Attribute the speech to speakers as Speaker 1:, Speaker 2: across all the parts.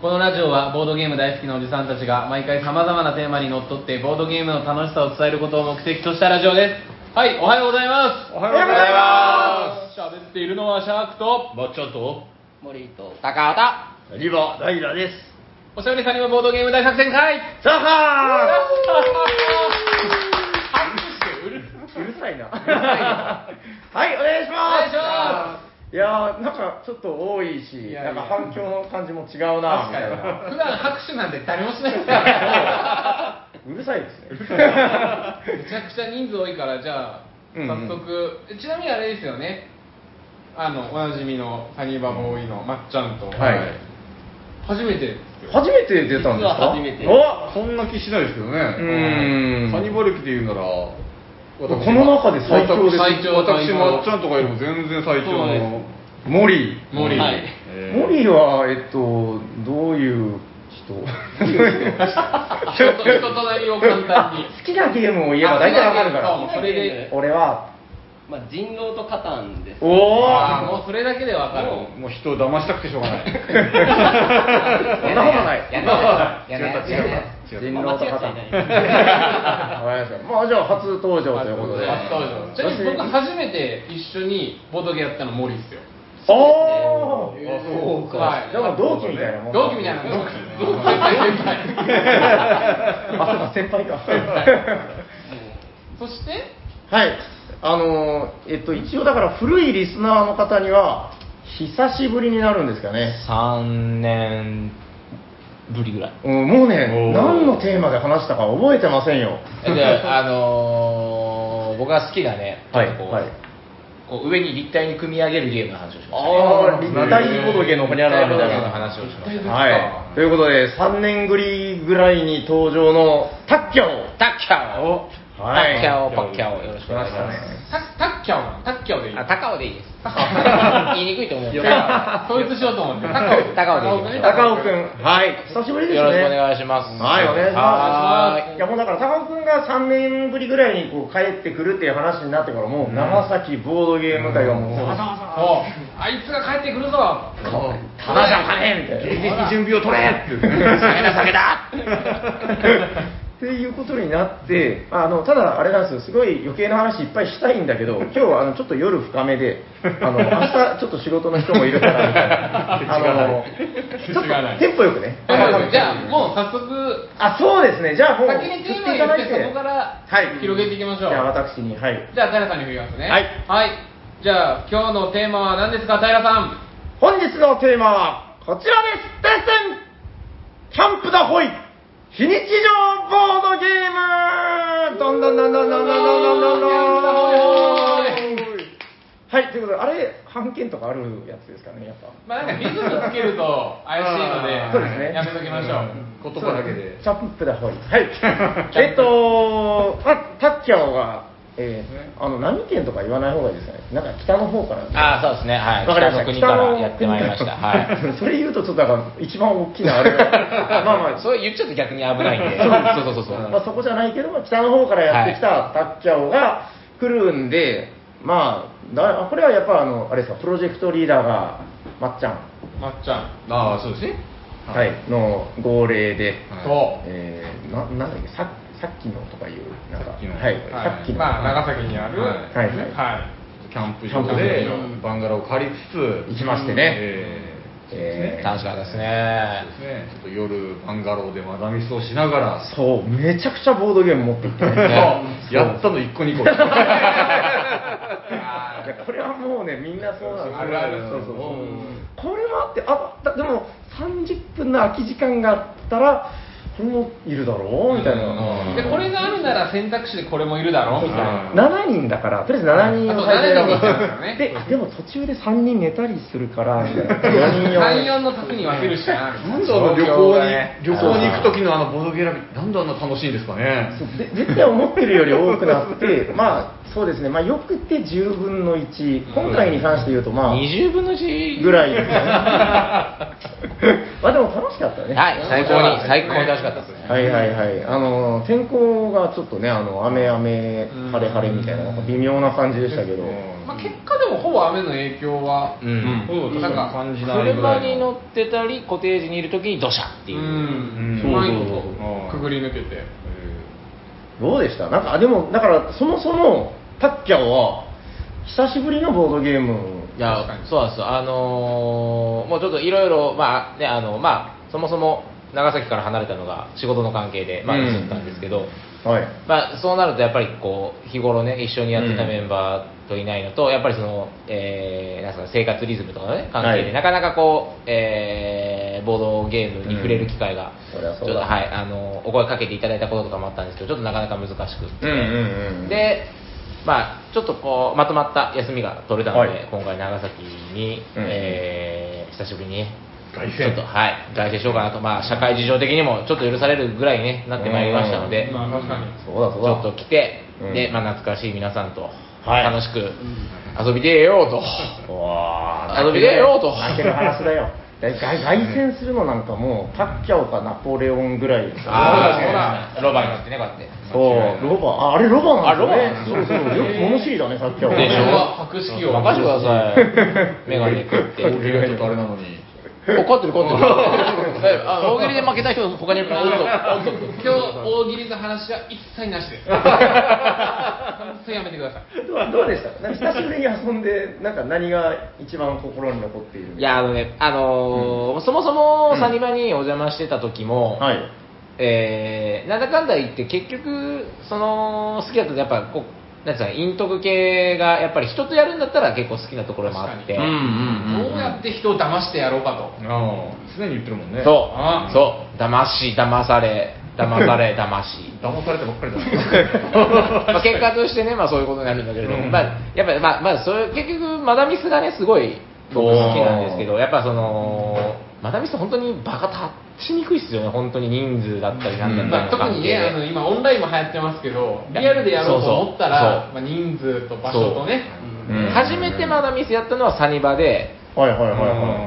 Speaker 1: このラジオはボードゲーム大好きなおじさんたちが毎回さまざまなテーマにのっとってボードゲームの楽しさを伝えることを目的としたラジオですはいおはようございます
Speaker 2: おはようございます
Speaker 1: 喋っているのはシャークと
Speaker 2: もうちょっと
Speaker 3: 森と高田
Speaker 2: リバダイラです
Speaker 1: おしゃべりさんにもボードゲーム大作戦会
Speaker 2: サッカ
Speaker 1: うる
Speaker 2: ーうるさいなはいお願いします
Speaker 1: お願いしま
Speaker 2: いやーなんかちょっと多いし
Speaker 1: いやいや
Speaker 2: なんか反響の感じも違う な
Speaker 1: 確
Speaker 2: みたいな
Speaker 1: かに普段拍手なんて誰もしないです から
Speaker 2: うるさいですね
Speaker 1: めちゃくちゃ人数多いからじゃあ
Speaker 2: うんうん
Speaker 1: 早速、ちなみにあれですよねあのおなじみのサニーバボーイのまっちゃんと、
Speaker 2: はい
Speaker 1: 初めてで すよ
Speaker 2: 初めて出たんですか
Speaker 3: 実は初めて
Speaker 2: あ
Speaker 4: そんな気しないですけどね。
Speaker 2: ーん
Speaker 4: サニバルキで言うなら、
Speaker 2: この中で最強です
Speaker 1: 最強
Speaker 4: 私
Speaker 1: 最強
Speaker 4: まっちゃんとかよりも全然最強の。
Speaker 2: モリー
Speaker 1: モリー、
Speaker 3: はい
Speaker 4: えー
Speaker 2: モリーはえっとどういう
Speaker 1: 人
Speaker 2: 人
Speaker 1: と人となりを簡単 に
Speaker 2: 好きなゲームを言えば大体わかるか
Speaker 1: あもう
Speaker 2: ら
Speaker 1: それで
Speaker 2: 俺は
Speaker 3: まあ、人狼とカタンです
Speaker 2: お
Speaker 1: あー
Speaker 2: お
Speaker 1: もうそれだけでわかる
Speaker 3: も
Speaker 4: もう人を騙したくてしょうが ない。
Speaker 2: そんなことない
Speaker 3: やだや
Speaker 4: 違
Speaker 3: だや
Speaker 4: った
Speaker 3: だやだや
Speaker 4: 違った
Speaker 2: 人
Speaker 3: だ
Speaker 2: 狼
Speaker 3: まあ
Speaker 2: と
Speaker 3: 間違っち
Speaker 2: カタ
Speaker 3: ゃ
Speaker 2: ン
Speaker 3: いない
Speaker 2: わかりました。まあじゃあ初登場ということで。
Speaker 1: 初登場ちなみに僕初めて一緒にボードゲーやったのモリーっすよ
Speaker 2: お
Speaker 3: そう
Speaker 2: ー
Speaker 3: ですね
Speaker 2: あそうか。
Speaker 1: はい
Speaker 2: じゃあもう同期みたいなもん。
Speaker 1: 同期みたいな同期同期先輩
Speaker 2: あそうか先輩か。
Speaker 1: そして
Speaker 2: はい。あのーえっと一応だから古いリスナーの方には久しぶりになるんですかね。
Speaker 5: 3年ぶりぐらい
Speaker 2: うんもうね
Speaker 4: おー
Speaker 2: 何のテーマで話したか覚えてませんよ。
Speaker 5: えであのー僕が好きなねちょっとこう、
Speaker 2: はい
Speaker 5: こう上に立体に組み上げるゲームの話をしましたね
Speaker 2: ああ立体ボドゲのほにゃららみたい
Speaker 5: 立体ボドゲの
Speaker 2: な。
Speaker 5: 話をしましたね
Speaker 2: はい。ということで3年ぶりぐらいに登場のタッキャオ。
Speaker 5: タッキャオ
Speaker 2: はい
Speaker 5: タッキャオパッキャオよろしくお
Speaker 2: 来
Speaker 5: 願
Speaker 2: ま
Speaker 5: い
Speaker 2: し
Speaker 5: したます
Speaker 2: ね。
Speaker 1: タッタッキャオなのタッキャオでいい
Speaker 5: あタカオで いいです言いにくいと思うんで
Speaker 1: い
Speaker 5: よ
Speaker 1: や統一しようと思ってタカオで
Speaker 5: タカオでいい
Speaker 1: ね
Speaker 2: 高尾くん、はい、久しぶりですね。
Speaker 5: ろしくお願いします
Speaker 2: はい、お願いし
Speaker 5: は
Speaker 2: ま
Speaker 5: ー
Speaker 2: す。いや、もうだから、高尾くんが3年ぶりぐらいにこう帰ってくるっていう話になってから、もう長崎ボードゲーム会がもう、た
Speaker 1: そ
Speaker 2: だ
Speaker 1: うあいつが帰ってくるぞ
Speaker 2: じゃお金みたいな。
Speaker 4: 劇的準備を取れっていうね。
Speaker 2: っていうことになって、あのただ、あれなんですよ、すごい余計な話いっぱいしたいんだけ ど、今日はあのちょっと夜深めで、あの明日ちょっと仕事の人もいるからみたい な、あのちょっとテンポよくね、
Speaker 1: じゃあもう早速
Speaker 2: あそうですね、じゃあもう、
Speaker 1: 先にテーマ
Speaker 2: 振
Speaker 1: 言ってそこから
Speaker 2: はい、
Speaker 1: 広げていきましょう
Speaker 2: じゃあ、私に、はい、
Speaker 1: じゃあ平さんに振りますね
Speaker 2: はい
Speaker 1: じゃあ今日のテーマは何ですか平さん
Speaker 2: 本日のテーマはこちらです、デッセンキャンプだほい非日常ボードゲームどんどんどんどんどんどんどんどんどんはい、ということで、あれ、判件とかあるやつですかね、やっぱ。
Speaker 1: まあなんかリズムつけると怪しいので
Speaker 2: そうですね
Speaker 1: やめときましょう、
Speaker 4: 言葉だけで。
Speaker 2: キャンプだほい。はい。 えっと、あ、タッキャオが、えー、あの、何県とか言わない方がいいですかね。なんか北の方から。
Speaker 5: ああそうですねはい
Speaker 2: わかりまし
Speaker 5: 北の
Speaker 2: た。
Speaker 5: 国からやってまいりました
Speaker 2: 北
Speaker 5: は
Speaker 2: の国
Speaker 5: い
Speaker 2: からそれ言うと、ちょっとなんか、一番大きな あれが。まあまあ、
Speaker 5: そう言っちゃうと逆に危ないんでそう そうそうそう
Speaker 2: まあ、そこじゃないけど、まあ北の方からやってきたタッチャオが来るんで、まあだ、これはやっぱあの、あれですか、プロジェクトリーダーが、まっちゃん、
Speaker 1: まっちゃん
Speaker 4: ああ、そうですね。
Speaker 2: はいの号令で、
Speaker 4: はい
Speaker 1: と
Speaker 2: えーななんだっけさ、さっきのとかいう、なんか、
Speaker 4: さっきの
Speaker 2: はい、
Speaker 4: はい
Speaker 2: さっきの、
Speaker 1: まあ長崎にある
Speaker 4: はい
Speaker 2: はい
Speaker 1: はい
Speaker 4: キャンプ場
Speaker 2: キ
Speaker 4: で
Speaker 2: ャ
Speaker 1: ンプ場
Speaker 4: バンガローを借りつつ
Speaker 2: 行きましてね、
Speaker 4: え
Speaker 2: え
Speaker 4: ー
Speaker 2: ー
Speaker 5: 楽しかったですね
Speaker 4: そうですねちょっと夜バンガローでマダミスをしなが ら
Speaker 2: そう、めちゃくちゃボードゲーム持って行ってね、
Speaker 4: そうやったの一個二 個あ
Speaker 2: いやこれはもうね、みんなそうなんですよ
Speaker 1: あるある
Speaker 2: そうそうそう
Speaker 4: う
Speaker 2: これもあって、あだでも30分の空き時間があったら、これもいるだろうみたいな、
Speaker 4: うん
Speaker 1: でこれがあるなら選択肢でこれもいるだろうみたいな
Speaker 4: あ
Speaker 2: 7人だから、とりあえず7人を最
Speaker 1: あそう7人を最初に
Speaker 2: ででも途中で3人寝たりするから、みたいな4人用
Speaker 1: 34の時に分けるしかなみたいな
Speaker 4: なんであの旅行に旅行に行く時のあのボードゲラビなんであんな楽しいんですかね
Speaker 2: そうで絶対思ってるより多くなって、 まあそうですね、まあ、よくて10分の1、今回に関して言うと、まあ、
Speaker 5: 20分の1
Speaker 2: ぐらい。まあでも楽しかったね。ね。
Speaker 1: はい、最高に、最高に楽しかったですね。
Speaker 2: はいはいはい。あの、天候がちょっとね、あの、雨雨、晴れ晴れみたいな、なんか微妙な感じでしたけど。
Speaker 6: まあ、結果でもほぼ雨の影響は、
Speaker 4: う。
Speaker 7: うんん
Speaker 6: なんか
Speaker 7: 感じないぐら
Speaker 1: 車
Speaker 7: い
Speaker 1: に
Speaker 7: の
Speaker 1: 乗ってたり、コテージにいるときに土砂っていうう。
Speaker 6: ん、
Speaker 4: う
Speaker 6: うんまいこ
Speaker 4: そうそうそう
Speaker 6: とくぐり抜けて、
Speaker 2: どうでしたなんか、あでも、だから、そもそも、タッキャオは、久しぶりのボードゲーム。
Speaker 1: いや
Speaker 6: 確か、に
Speaker 1: そうなんですよ。あのーもうちょっといろいろ、まあ、ね、あの、まあ、そもそも長崎から離れたのが仕事の関係で、まあ、
Speaker 2: うん
Speaker 1: 移ったんですけど、
Speaker 2: はい。
Speaker 1: まあ、そうなるとやっぱりこう日頃ね一緒にやってたメンバーといないのと、やっぱりその、えーなんすか生活リズムとかの、ね、関係で、
Speaker 2: はい
Speaker 1: なかなかこう、えーボードゲームに触れる機会が、
Speaker 2: うんそりゃそうだ
Speaker 1: ちょっとはいあのお声かけていただいたこととかもあったんですけどちょっとなかなか難しくって、
Speaker 2: うんうんうん
Speaker 1: でまあちょっとこうまとまった休みが取れたので、
Speaker 2: はい
Speaker 1: 今回長崎に、
Speaker 2: うん
Speaker 1: えー久しぶりに
Speaker 4: 凱旋
Speaker 1: ちょっとはい凱旋しようかなとまあ社会事情的にもちょっと許されるぐらいに、ね、なってまいりましたので、
Speaker 6: うんまあ確かに
Speaker 2: そうだ
Speaker 1: ち
Speaker 2: そう
Speaker 1: ょっ
Speaker 2: だ。
Speaker 1: と来て、
Speaker 2: うん
Speaker 1: で、まあ、懐かしい皆さんと
Speaker 2: はい
Speaker 1: 楽しく遊びでようと、
Speaker 2: うわ
Speaker 1: 遊びでよと
Speaker 2: 泣ける 話だよ。だ外凱旋するのなんかもう、タッキャオかナポレオンぐらい。
Speaker 1: あ
Speaker 4: そ
Speaker 1: あ
Speaker 4: う
Speaker 1: そうだロバに乗ってねこうやって
Speaker 2: そう、ロバ、ああれロバな
Speaker 1: あロ
Speaker 2: んですね。
Speaker 1: バなんですね
Speaker 2: そうそう、よく物知りだね、さっきは。
Speaker 1: でしょ
Speaker 6: 博識を
Speaker 1: 任せてくださいメガネ食って
Speaker 4: 俺がちょっとあれなのに。
Speaker 1: 怒ってる怒ってる えあ大喜利で負けた人他にいるからおっとおっと
Speaker 6: 今日大喜利の話は一切な しです本当にやめてください
Speaker 2: どうどうでしたなんか久しぶりに遊んで、なんか何が一番心に残っている
Speaker 1: いやあのねあのーそもそもサニバにお邪魔してた時も、
Speaker 2: はい。
Speaker 1: えーなんだかんだ言って結局その好きだったやっぱこうなんていうの陰徳系がやっぱり人とやるんだったら結構好きなところもあって、
Speaker 6: 確かに
Speaker 2: うん
Speaker 6: どうやって人を騙してやろうかと
Speaker 4: ああ、常に言ってるもんね。
Speaker 1: そう
Speaker 6: ああ
Speaker 1: そう騙し騙され騙され騙し
Speaker 4: 騙されてばっか りだ。
Speaker 1: まあ結果としてね、まあ、そういうことになるんだけれども、
Speaker 4: うん
Speaker 1: まあ、やっぱり、まあまあ、それ結局マダミスがねすごい僕好きなんですけどやっぱそのマダミス本当にバカ立ちにくいっすよね本当に人数だったりなんだった
Speaker 6: ま
Speaker 1: り
Speaker 6: あ、
Speaker 1: の関
Speaker 6: 特に
Speaker 1: 係
Speaker 6: ね
Speaker 1: で
Speaker 6: あの今オンラインも流行ってますけどリアルでやろうと思ったら
Speaker 1: そうそう
Speaker 6: まあ、人数と場所とね
Speaker 2: う
Speaker 1: うん
Speaker 2: ん
Speaker 1: 初めてマダミスやったのはサニバで
Speaker 2: はいはいはいは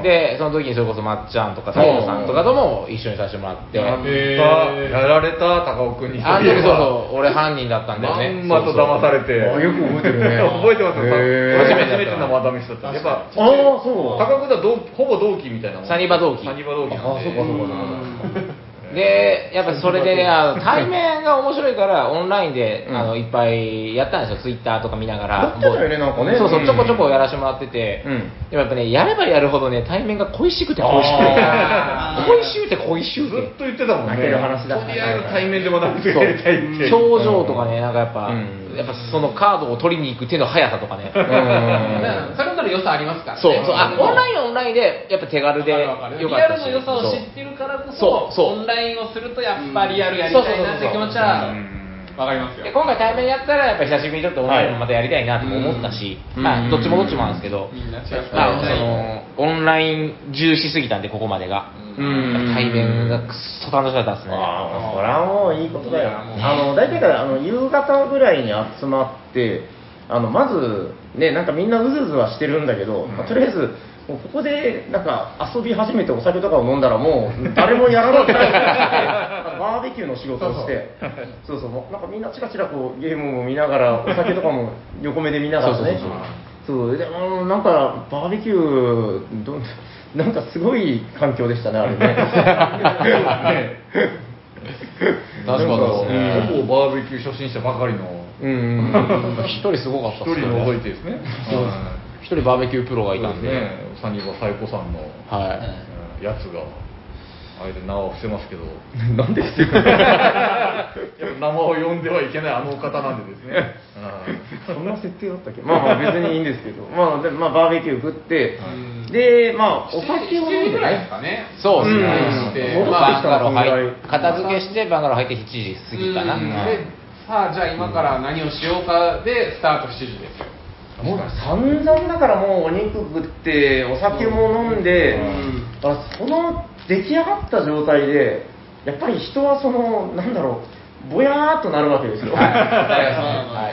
Speaker 4: うん
Speaker 1: でその時にそれこそまっちゃんとかさゆさんとかとも一緒にさせてもらって
Speaker 4: やっ
Speaker 1: あ
Speaker 4: た
Speaker 1: の
Speaker 6: へー
Speaker 4: やられた、高尾くんに。
Speaker 1: 時そうそう俺犯人だったんだよ
Speaker 4: ま
Speaker 1: ね
Speaker 4: んまと騙されて。
Speaker 2: あよく 覚えてるね
Speaker 4: 覚えてますよ。
Speaker 2: へー
Speaker 4: 初めて初めてのマダミスだった。やっぱ、
Speaker 2: い。ああ、そう。
Speaker 4: 高尾くんとは同ほぼ同期みたいなもん。
Speaker 1: サニバ同期
Speaker 4: サニバ同期なん
Speaker 2: あ、
Speaker 4: で。
Speaker 2: そうかそうかそうか。
Speaker 1: でやっぱそれ でねあの対面が面白いからオンラインで、
Speaker 2: うん
Speaker 1: あのいっぱいやったんですよツイッターとか見ながら
Speaker 2: やってたよねなんかね
Speaker 1: そうそううんちょこちょこやらせてもらってて、
Speaker 2: うん
Speaker 1: でもやっぱねやればやるほどね対面が恋しくて恋しくて
Speaker 2: あ
Speaker 1: 恋しゅうて恋しゅ
Speaker 4: ず
Speaker 1: う
Speaker 4: ってと言ってたもんね。
Speaker 2: 泣ける話だ
Speaker 4: とりあえず対面でマダミスがやりたいって。
Speaker 1: 表情とかねなんかやっぱ、
Speaker 2: うん
Speaker 1: やっぱそのカードを取りに行く手の速さとかね、
Speaker 6: まあそれぞれ良さありますからね
Speaker 1: そうそうあオンライ
Speaker 6: イ
Speaker 1: ンはオンラインでやっぱ手軽でよかったし
Speaker 6: リアルの良さを知
Speaker 1: そう
Speaker 6: ってるからこそ
Speaker 1: そうそう
Speaker 6: オンラインをするとやっぱリアルやりたいなって気持ちはわかりますよ
Speaker 1: で今回対面やったらやっぱ久しぶりにちょっとオンラインもまたやりたいなとも思ったし、
Speaker 2: うん
Speaker 1: ま
Speaker 2: う
Speaker 1: あ
Speaker 2: ん
Speaker 1: どっちもどっちもなんですけど、
Speaker 6: みんな違う
Speaker 1: まあ
Speaker 6: オンライン
Speaker 1: そのオンライン重視すぎたんでここまでが、
Speaker 2: うん
Speaker 1: 対面がくっそ楽しかったですね
Speaker 2: ああ、そりゃもういいことだよ。
Speaker 6: いやもう
Speaker 2: あの、大体から、あの、夕方ぐらいに集まって、あの、まず、ね、なんかみんなうずうずはしてるんだけど、まあとりあえず、もうここで、なんか、遊び始めてお酒とかを飲んだら、もう、誰もやらなくなる。バーベキューの仕事をして、そうそう、もうなんかみんなチラチラこう、ゲームも見ながら、お酒とかも横目で見ながらね。そうでもなんかバーベキューどんなんかすごい環境でしたねあれ
Speaker 1: 楽しかったですね
Speaker 2: ね
Speaker 4: ほぼバーベキュー初心者ばかりの
Speaker 2: うんうんうん
Speaker 1: 一人すごかっ
Speaker 4: 一
Speaker 1: たっす
Speaker 4: 人
Speaker 1: よ
Speaker 4: 除い
Speaker 1: ね
Speaker 4: てですね。
Speaker 1: 一人バーベキュープロが
Speaker 4: はいい。
Speaker 1: た
Speaker 4: そうで
Speaker 1: ん
Speaker 4: す
Speaker 1: で
Speaker 4: ね。サニバサイコさんの
Speaker 1: はい
Speaker 4: うんやつが、あれで名を伏せますけど、
Speaker 2: なんでしてる
Speaker 4: やっぱ名前を呼んではいけないあのお方なんでですね。うん
Speaker 2: そんな設定だったっけまあまあ別にいいんですけどまあでまあバーベキュー食って
Speaker 6: うん
Speaker 2: でまあお酒を飲ん
Speaker 6: ぐ
Speaker 2: で
Speaker 6: らいで
Speaker 2: ね
Speaker 6: すかね
Speaker 1: そうですね
Speaker 2: うん、
Speaker 1: で
Speaker 2: 戻
Speaker 1: バ
Speaker 2: ってき
Speaker 1: ン
Speaker 2: た
Speaker 1: ガロー
Speaker 2: のそのぐらい
Speaker 1: 入って片付けしてバンガロー入って7時過ぎかな、
Speaker 6: うん
Speaker 1: うん
Speaker 6: でさあじゃあ今から何をしようかでスタート7時ですよ
Speaker 2: もう散々だからもうお肉食ってお酒も飲んで、
Speaker 6: うん
Speaker 2: だからその出来上がった状態でやっぱり人はそのなんだろうぼやーっとなるわけ ですよ、
Speaker 1: はい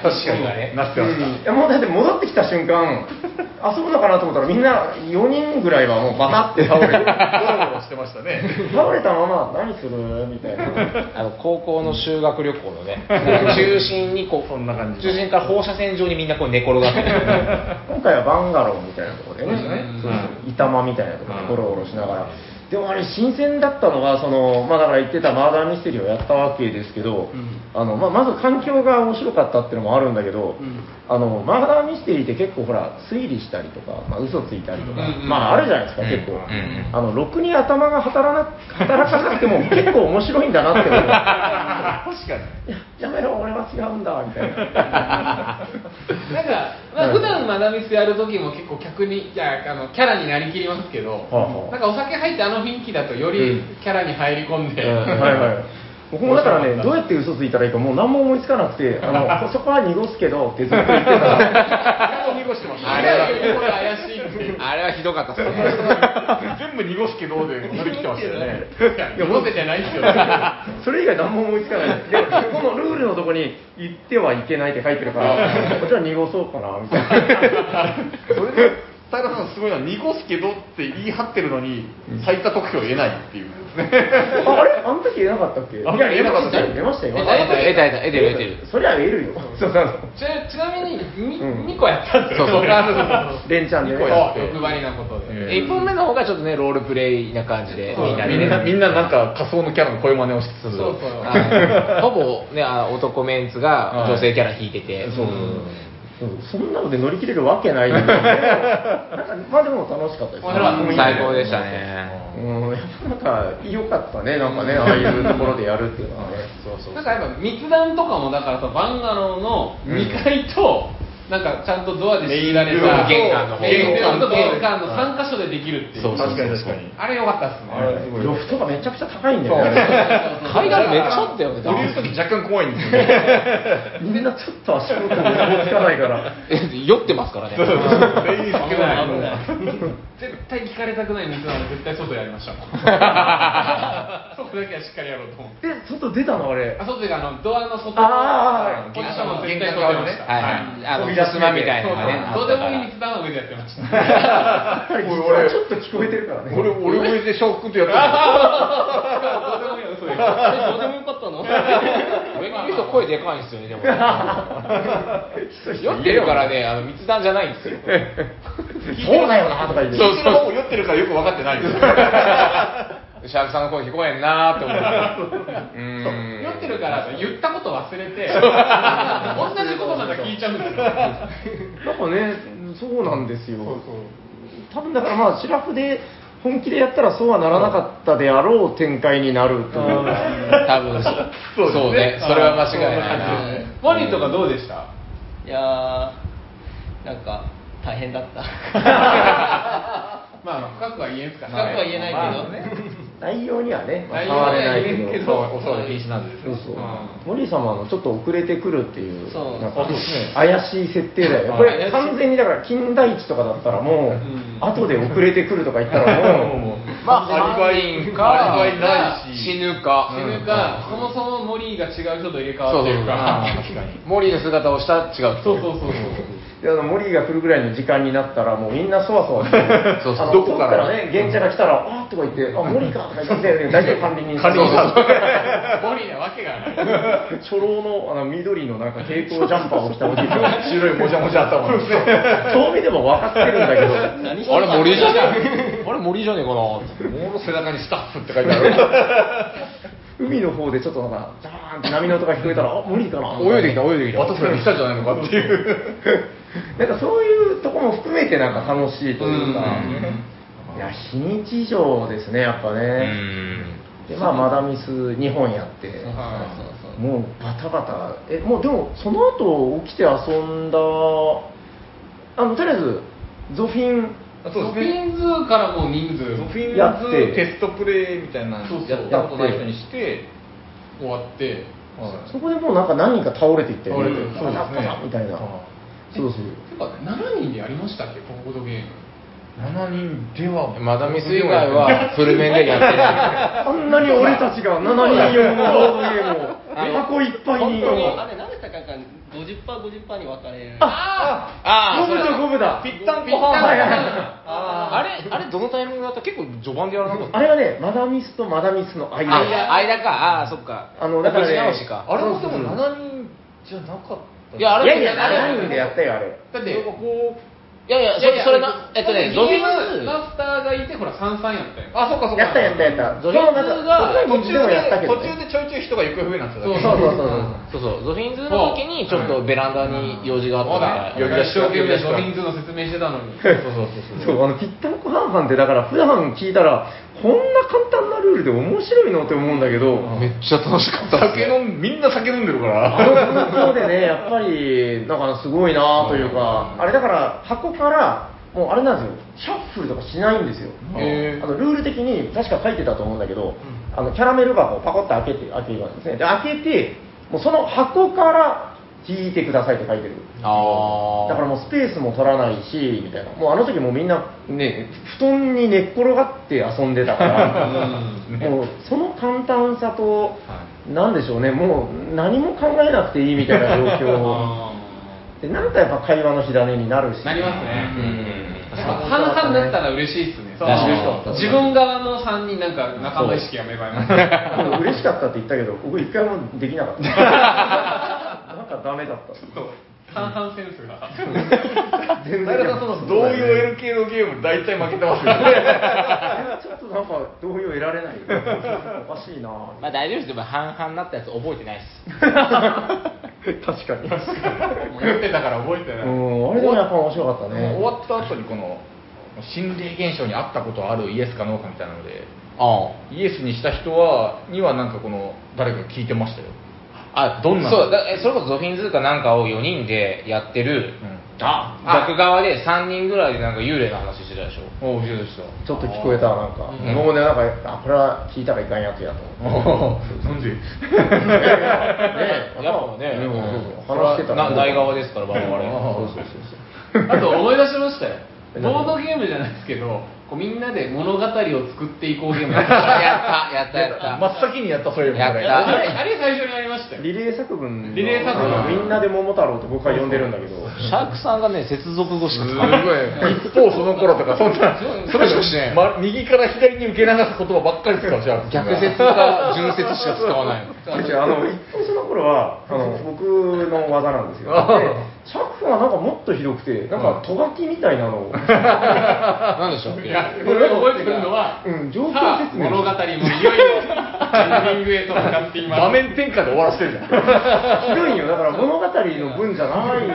Speaker 1: 確かにね
Speaker 4: なってました。
Speaker 2: うん、もうだって戻ってきた瞬間遊ぶのかなと思ったらみんな4人ぐらいはもうバタって倒れて
Speaker 4: ゴロゴロしてましたね。
Speaker 2: 倒れたまま何するみたいな。
Speaker 6: あの高校の修学旅行のね、中心にこう、
Speaker 4: そんな感じ
Speaker 6: 中心から放射線状にみんなこう寝転がって、
Speaker 2: 今回はバンガローみたいなところでね
Speaker 4: そうですね、
Speaker 2: そうそう板間みたいなところでゴロゴロしながら、でもあれ、新鮮だったのが、そのまあ、だから言ってたマーダーミステリーをやったわけですけど、あのまあ、まず環境が面白かったっていうのもあるんだけど、あのマーダーミステリーって結構、ほら、推理したりとか、まあ嘘ついたりとか、まあ、あるじゃないですか、結構、あのろくに頭が働な働かなくても、結構面白いんだなって思う。
Speaker 4: 確かに。
Speaker 2: いややめろ、俺は違うんだみたいな。
Speaker 1: なんか、まあ、普段マダミスやる時も結構客に、いや、あの、キャラになりきりますけど、
Speaker 2: はあ
Speaker 1: なんかお酒入ってあの雰囲気だとよりキャラに入り込んで、
Speaker 2: はいはい。僕もだからね、どうやって嘘ついたらいいか、もう何も思いつかなくて、あのそこは濁すけどってずっと言ってたら、
Speaker 4: 濁してます。
Speaker 1: あれは怪しいっていう。
Speaker 6: あれはひどかったですね。
Speaker 4: 全部濁すけどで、慣れてきてましたよね。
Speaker 1: いや、戻せじゃないですよ。
Speaker 2: それ以外何も思いつかない。で、このルールのとこに、言ってはいけないって書いてるから、 こっちは濁そうかな、みた いな。
Speaker 4: それで、平さんすごいのは、濁すけどって言い張ってるのに、最多得票を得ないっていう。
Speaker 2: あれあの時言えなかったっけい
Speaker 4: あの時言えなかったっけ
Speaker 2: 出ましたよ。
Speaker 6: 得た得た得た得てる得てる
Speaker 2: そりゃ得るよ。そうそうそう。
Speaker 1: ちなちなみに
Speaker 2: うん
Speaker 1: に、2個やったんです
Speaker 6: そ
Speaker 1: よ。
Speaker 6: うそう
Speaker 2: 連チャンで ね。
Speaker 1: 欲張りなことで。
Speaker 6: 1本目の方がちょっとね、ロールプレイな感じで、みんなで
Speaker 4: みんな、みんななんか仮想のキャラの声真似をしつ
Speaker 1: そう
Speaker 4: つ。
Speaker 1: そう。
Speaker 6: あのほぼね、あの男メンツが
Speaker 4: はい
Speaker 6: 女性キャラ引いてて、う
Speaker 2: う
Speaker 6: ん
Speaker 2: んそんなので乗り切れるわけないよ なんかまあでも楽しかったです
Speaker 1: 面白かった
Speaker 2: 僕もいいな
Speaker 6: 最高でしたね。
Speaker 2: うん、やっぱなんか良かったね、なんかね、ああいうところでやるっていうのはね。そうそ
Speaker 1: なんかやっぱ密談とかもだからさバンガローの2階と、なんかちゃんとドアで仕切られた
Speaker 6: メインルーム玄関の方
Speaker 1: 玄関と
Speaker 4: 玄関と
Speaker 1: 玄関の3箇所でできるっていう
Speaker 6: そうそう
Speaker 4: 確かに確かに。
Speaker 1: あれ良かったっすね
Speaker 4: あれすごい
Speaker 2: ロフトがめちゃくちゃ高いんだよね。
Speaker 6: 階段めっちゃあったよね、
Speaker 4: 降りるとき若干怖いんですよね。
Speaker 2: みんなちょっと足元に追いつかないから。
Speaker 6: 酔ってますからね。
Speaker 4: 全
Speaker 1: 危
Speaker 4: 員
Speaker 1: ない危ない絶対聞かれたくない密談は絶対外でやりましたもんそこだけはしっかりやろうと思って
Speaker 2: で、外出たのあれ。
Speaker 1: あ外であのドアの外
Speaker 2: あー
Speaker 1: ポジションも絶対
Speaker 4: 玄
Speaker 1: 取
Speaker 4: 関側
Speaker 1: ってま
Speaker 4: のね
Speaker 1: した、
Speaker 6: はいはい。あの、ふすまみたい
Speaker 1: そう
Speaker 6: なのがねあ
Speaker 1: そうどう
Speaker 6: っ
Speaker 1: で
Speaker 6: た
Speaker 1: も
Speaker 6: か
Speaker 1: いい密談は上
Speaker 6: ら。
Speaker 1: でやってました
Speaker 2: やっぱり実はちょっと聞こえてるからね。
Speaker 4: 俺、俺上でショックとやって
Speaker 3: どうでもよかったの
Speaker 6: 上にいる人声でかいんですよね、 でも。酔ってるからね、あの、密談じゃないんですよ。
Speaker 2: そうだよな、とか言って。
Speaker 4: る。そっちの方酔ってるからよく分かってないんですよ。
Speaker 6: シャークさんの声聞こえんなーって思 って。うーん
Speaker 1: 酔ってるから言ったこと忘れて同じことまた聞いちゃうんですよ
Speaker 2: なんかね、そうなんですよ。多分だからまあ、シラフで本気でやったらそうはならなかったであろう展開になるという。
Speaker 6: 多分そうそ うね、それは間違いないな。
Speaker 1: マリーとかどうでした
Speaker 3: いやーなんか大変だった
Speaker 1: まあまあ深くは言えんすか
Speaker 3: 深くは言えないけど、
Speaker 2: 内容にはね、まあ
Speaker 1: 内容
Speaker 2: 変われ
Speaker 1: には
Speaker 2: ない
Speaker 1: 言えん
Speaker 2: け
Speaker 1: けど。
Speaker 2: ど。
Speaker 4: お騒ぎ禁止なんです
Speaker 2: そう
Speaker 4: ね。
Speaker 2: そううん森様のちょっと遅れてくるっていう、
Speaker 3: そう
Speaker 2: なんか
Speaker 4: あそうですね
Speaker 2: 怪しい設定だよね。これ完全にだから金田一とかだったらもう、後で遅れてくるとか言ったらもう、
Speaker 6: まあ、アリバイか、
Speaker 4: アリバイないし
Speaker 6: 死ぬか。
Speaker 1: 死ぬか、そもそもモリーが違う人と入れ替わ
Speaker 6: そ
Speaker 1: っ
Speaker 6: う
Speaker 1: て
Speaker 6: そう
Speaker 1: るか
Speaker 6: 確かに。モリーの姿をした違う人。
Speaker 1: そうそうそうそう
Speaker 2: いやあの森が来るぐらいの時間になったらもうみんなそわそわして、
Speaker 6: そうそう
Speaker 2: あの
Speaker 6: どこから
Speaker 2: 遠ね、現地が来たら、あーとか言って、あ、森かとか言って、大体管理人
Speaker 4: 管理人さん
Speaker 1: モリーなわけがない
Speaker 2: 初老のあの緑のなんか蛍光ジャンパーを着たおじいさん、
Speaker 4: 白いもじゃもじゃ頭ですね。
Speaker 2: 遠目でも分かってるんだけど、
Speaker 3: 何して
Speaker 6: あ
Speaker 3: る
Speaker 6: れ
Speaker 3: か
Speaker 6: 森じゃねえあれ 森じゃねえかなって
Speaker 4: もの背中にスタッフって書いてある。
Speaker 2: 海の方でちょっとなんか、ジャーンって波の音が聞こえたら、あ、森かな
Speaker 6: 泳いできた泳いできた
Speaker 4: 私らに来たんじゃないのかっていう。
Speaker 2: なんかそういうとこも含めてなんか楽しいというか、いや、日にち以上ですね、やっぱ
Speaker 6: う
Speaker 2: ね。
Speaker 6: ん
Speaker 2: で、まあ、マダミス2本やって、もうバタバタ、え、もうでも、その後起きて遊んだ、あの、とりあえず、ゾフィン、
Speaker 1: ゾフィンズからもう人数
Speaker 4: ゾフィ
Speaker 2: や
Speaker 4: ン
Speaker 2: って
Speaker 4: ズテストプレイみたいなの
Speaker 1: そうそう
Speaker 4: やったことない人にして、
Speaker 1: 終わって
Speaker 4: はい
Speaker 2: そこでもうなんか何人か倒れていって、
Speaker 1: 倒れてる
Speaker 2: バタバタみたいな。そうそう。
Speaker 1: てか7人でやりましたっけこのボードゲーム
Speaker 4: 7人では
Speaker 6: マダミス以外 はフル面でやってない
Speaker 2: あんなに俺たちが7人用のボードゲームを箱いっぱいに
Speaker 3: あれ何でしたっけなんか50%、50%に分かれる。
Speaker 6: あ
Speaker 2: ゴ
Speaker 6: あそ
Speaker 2: ム
Speaker 6: れ
Speaker 2: とゴムだ。
Speaker 4: ぴったんこ半
Speaker 2: はいはいはい
Speaker 6: あれあれどのタイミングだった結構序盤でやらなかった
Speaker 2: あれはね、マダミスとマダミスの間。
Speaker 6: あ間かああそっか
Speaker 2: あのだからね
Speaker 6: お口直しか
Speaker 4: あれもでも7人じゃなかった
Speaker 6: いやあれ
Speaker 2: いやいや、
Speaker 6: あれ
Speaker 2: 7人でやったよ、あれ。
Speaker 4: だってこう
Speaker 6: いやいやそ
Speaker 1: いやい
Speaker 6: れ
Speaker 1: や
Speaker 6: それなえっとね
Speaker 1: ゾ
Speaker 6: ゾ
Speaker 1: ビ
Speaker 6: ビ
Speaker 1: ー
Speaker 6: ー
Speaker 1: ム
Speaker 6: ム
Speaker 1: マスターがいて、ほら、三三やったよ。
Speaker 4: あそうかそうか
Speaker 2: やったやったやった。
Speaker 6: ゾリ
Speaker 2: そ
Speaker 6: ッ
Speaker 2: の
Speaker 6: ツ
Speaker 2: なん
Speaker 6: が
Speaker 2: か、途中でもやったけど、
Speaker 4: 途
Speaker 2: ね。
Speaker 4: 中でちょいちょい人が行方不明になってただけ
Speaker 2: そうそうそうそう。
Speaker 6: そうそうゾフィンズの時にちょっとベランダに用事があった
Speaker 4: そうだ
Speaker 6: から
Speaker 1: 一
Speaker 4: 出し
Speaker 1: 生
Speaker 4: た
Speaker 1: 懸命ドリンクの説明してたのに。
Speaker 6: そうそうそうそう
Speaker 2: そうあのぴったんこ半々ってだから普段聞いたらこんな簡単なルールで面白いのって思うんだけど
Speaker 6: めっちゃ楽しかったっす
Speaker 4: 酒
Speaker 6: ね
Speaker 4: 飲んみんな酒飲んでるか
Speaker 2: あの
Speaker 4: ら
Speaker 2: 空港でねやっぱりだからすごいなというかあれだから箱からもうあれなんですよシャッフルとかしないんですよ
Speaker 6: へー
Speaker 2: あのルール的に確か書いてたと思うんだけど、あのキャラメル箱をパコッと開けて開けるんですねで開けてもうその箱から引いてくださいって書いてる
Speaker 6: ああ
Speaker 2: だからもうスペースも取らないし、みたいな。もうあの時もうみんな、ね、布団に寝っ転がって遊んでたから、もうその簡単さと、なんでしょうね、もう何も考えなくていいみた いな状況。で、なんかやっぱ会話の火種になるし。
Speaker 1: なりますね。
Speaker 6: うん
Speaker 1: やっぱ半々だったら嬉しいっすね。
Speaker 6: 確かに
Speaker 1: そう自分側の3人、なんか仲間意識が芽生えます。
Speaker 2: もう嬉しかったって言ったけど、僕一回もできなか った。なんかダメだった。
Speaker 1: そう半々センスが。
Speaker 2: 全
Speaker 4: 平田さんその同様 L 系のゲーム大体負けてますよ
Speaker 2: ちょっとなんか同様得られない。おかしいなぁ
Speaker 6: まあ大丈夫ですでも半々になったやつ覚えてないっす
Speaker 2: 確かに。
Speaker 4: 酔ってたから覚えてない、
Speaker 2: うん、あれでもやっぱ面白かったね。
Speaker 4: 終わった後にこの心理現象にあったことあるイエスかノーかみたいなので
Speaker 6: あ
Speaker 4: イエスにした人はにはなんかこの誰か聞いてましたよ
Speaker 6: あ
Speaker 4: どんな
Speaker 6: そうだえそれこそゾフィンズーかなんかを4人でやってる、あ逆側で3人ぐらいでなんか幽霊の話してたでしょ
Speaker 4: お教えて した
Speaker 2: ちょっと聞こえたなんか、
Speaker 6: ん
Speaker 2: もうね、なんか、あ、これは聞いたらいかんやつやと思って。
Speaker 4: なんで
Speaker 2: ね
Speaker 6: やっぱね、
Speaker 2: うん
Speaker 6: それは
Speaker 2: 話してた
Speaker 6: な
Speaker 2: ら
Speaker 6: ない側ですから我々
Speaker 2: うん
Speaker 6: そうそうそうそう
Speaker 1: あと思い出しましたよ。
Speaker 2: え
Speaker 1: ボードゲームじゃないですけど、こうみんなで物語を作っていこうゲーム。
Speaker 6: やったやったやった
Speaker 4: 真っ先にやったそういえば
Speaker 6: やっ
Speaker 4: これ
Speaker 6: た
Speaker 1: あれあれ最初にありましたよ。
Speaker 2: リレー作文の。
Speaker 1: リレー作文
Speaker 2: あのみんなで桃太郎って僕は呼んでるんだけど。
Speaker 6: シャークさんがね接続語しか
Speaker 4: す
Speaker 6: 使
Speaker 4: ご
Speaker 6: わ
Speaker 4: い
Speaker 6: ない
Speaker 4: 一方その頃とかそんなそれしかしない、ま、右から左に受け流す言葉ばっかり使うじゃん
Speaker 6: 逆説か純説しか使わない
Speaker 2: 違うあの一方その頃はあの僕の技なんですよでシャーク君はなんかもっとひどくてなんかとがきみたいなのを、
Speaker 6: なんでしょう
Speaker 1: これ覚えてるのは、
Speaker 2: うん、状況
Speaker 1: さあ
Speaker 2: 説明
Speaker 1: 物語もいよいよエンディングへと向かっています。
Speaker 4: 場面転換で終わらせてるじゃん
Speaker 2: ひどいよだから物語の文じゃない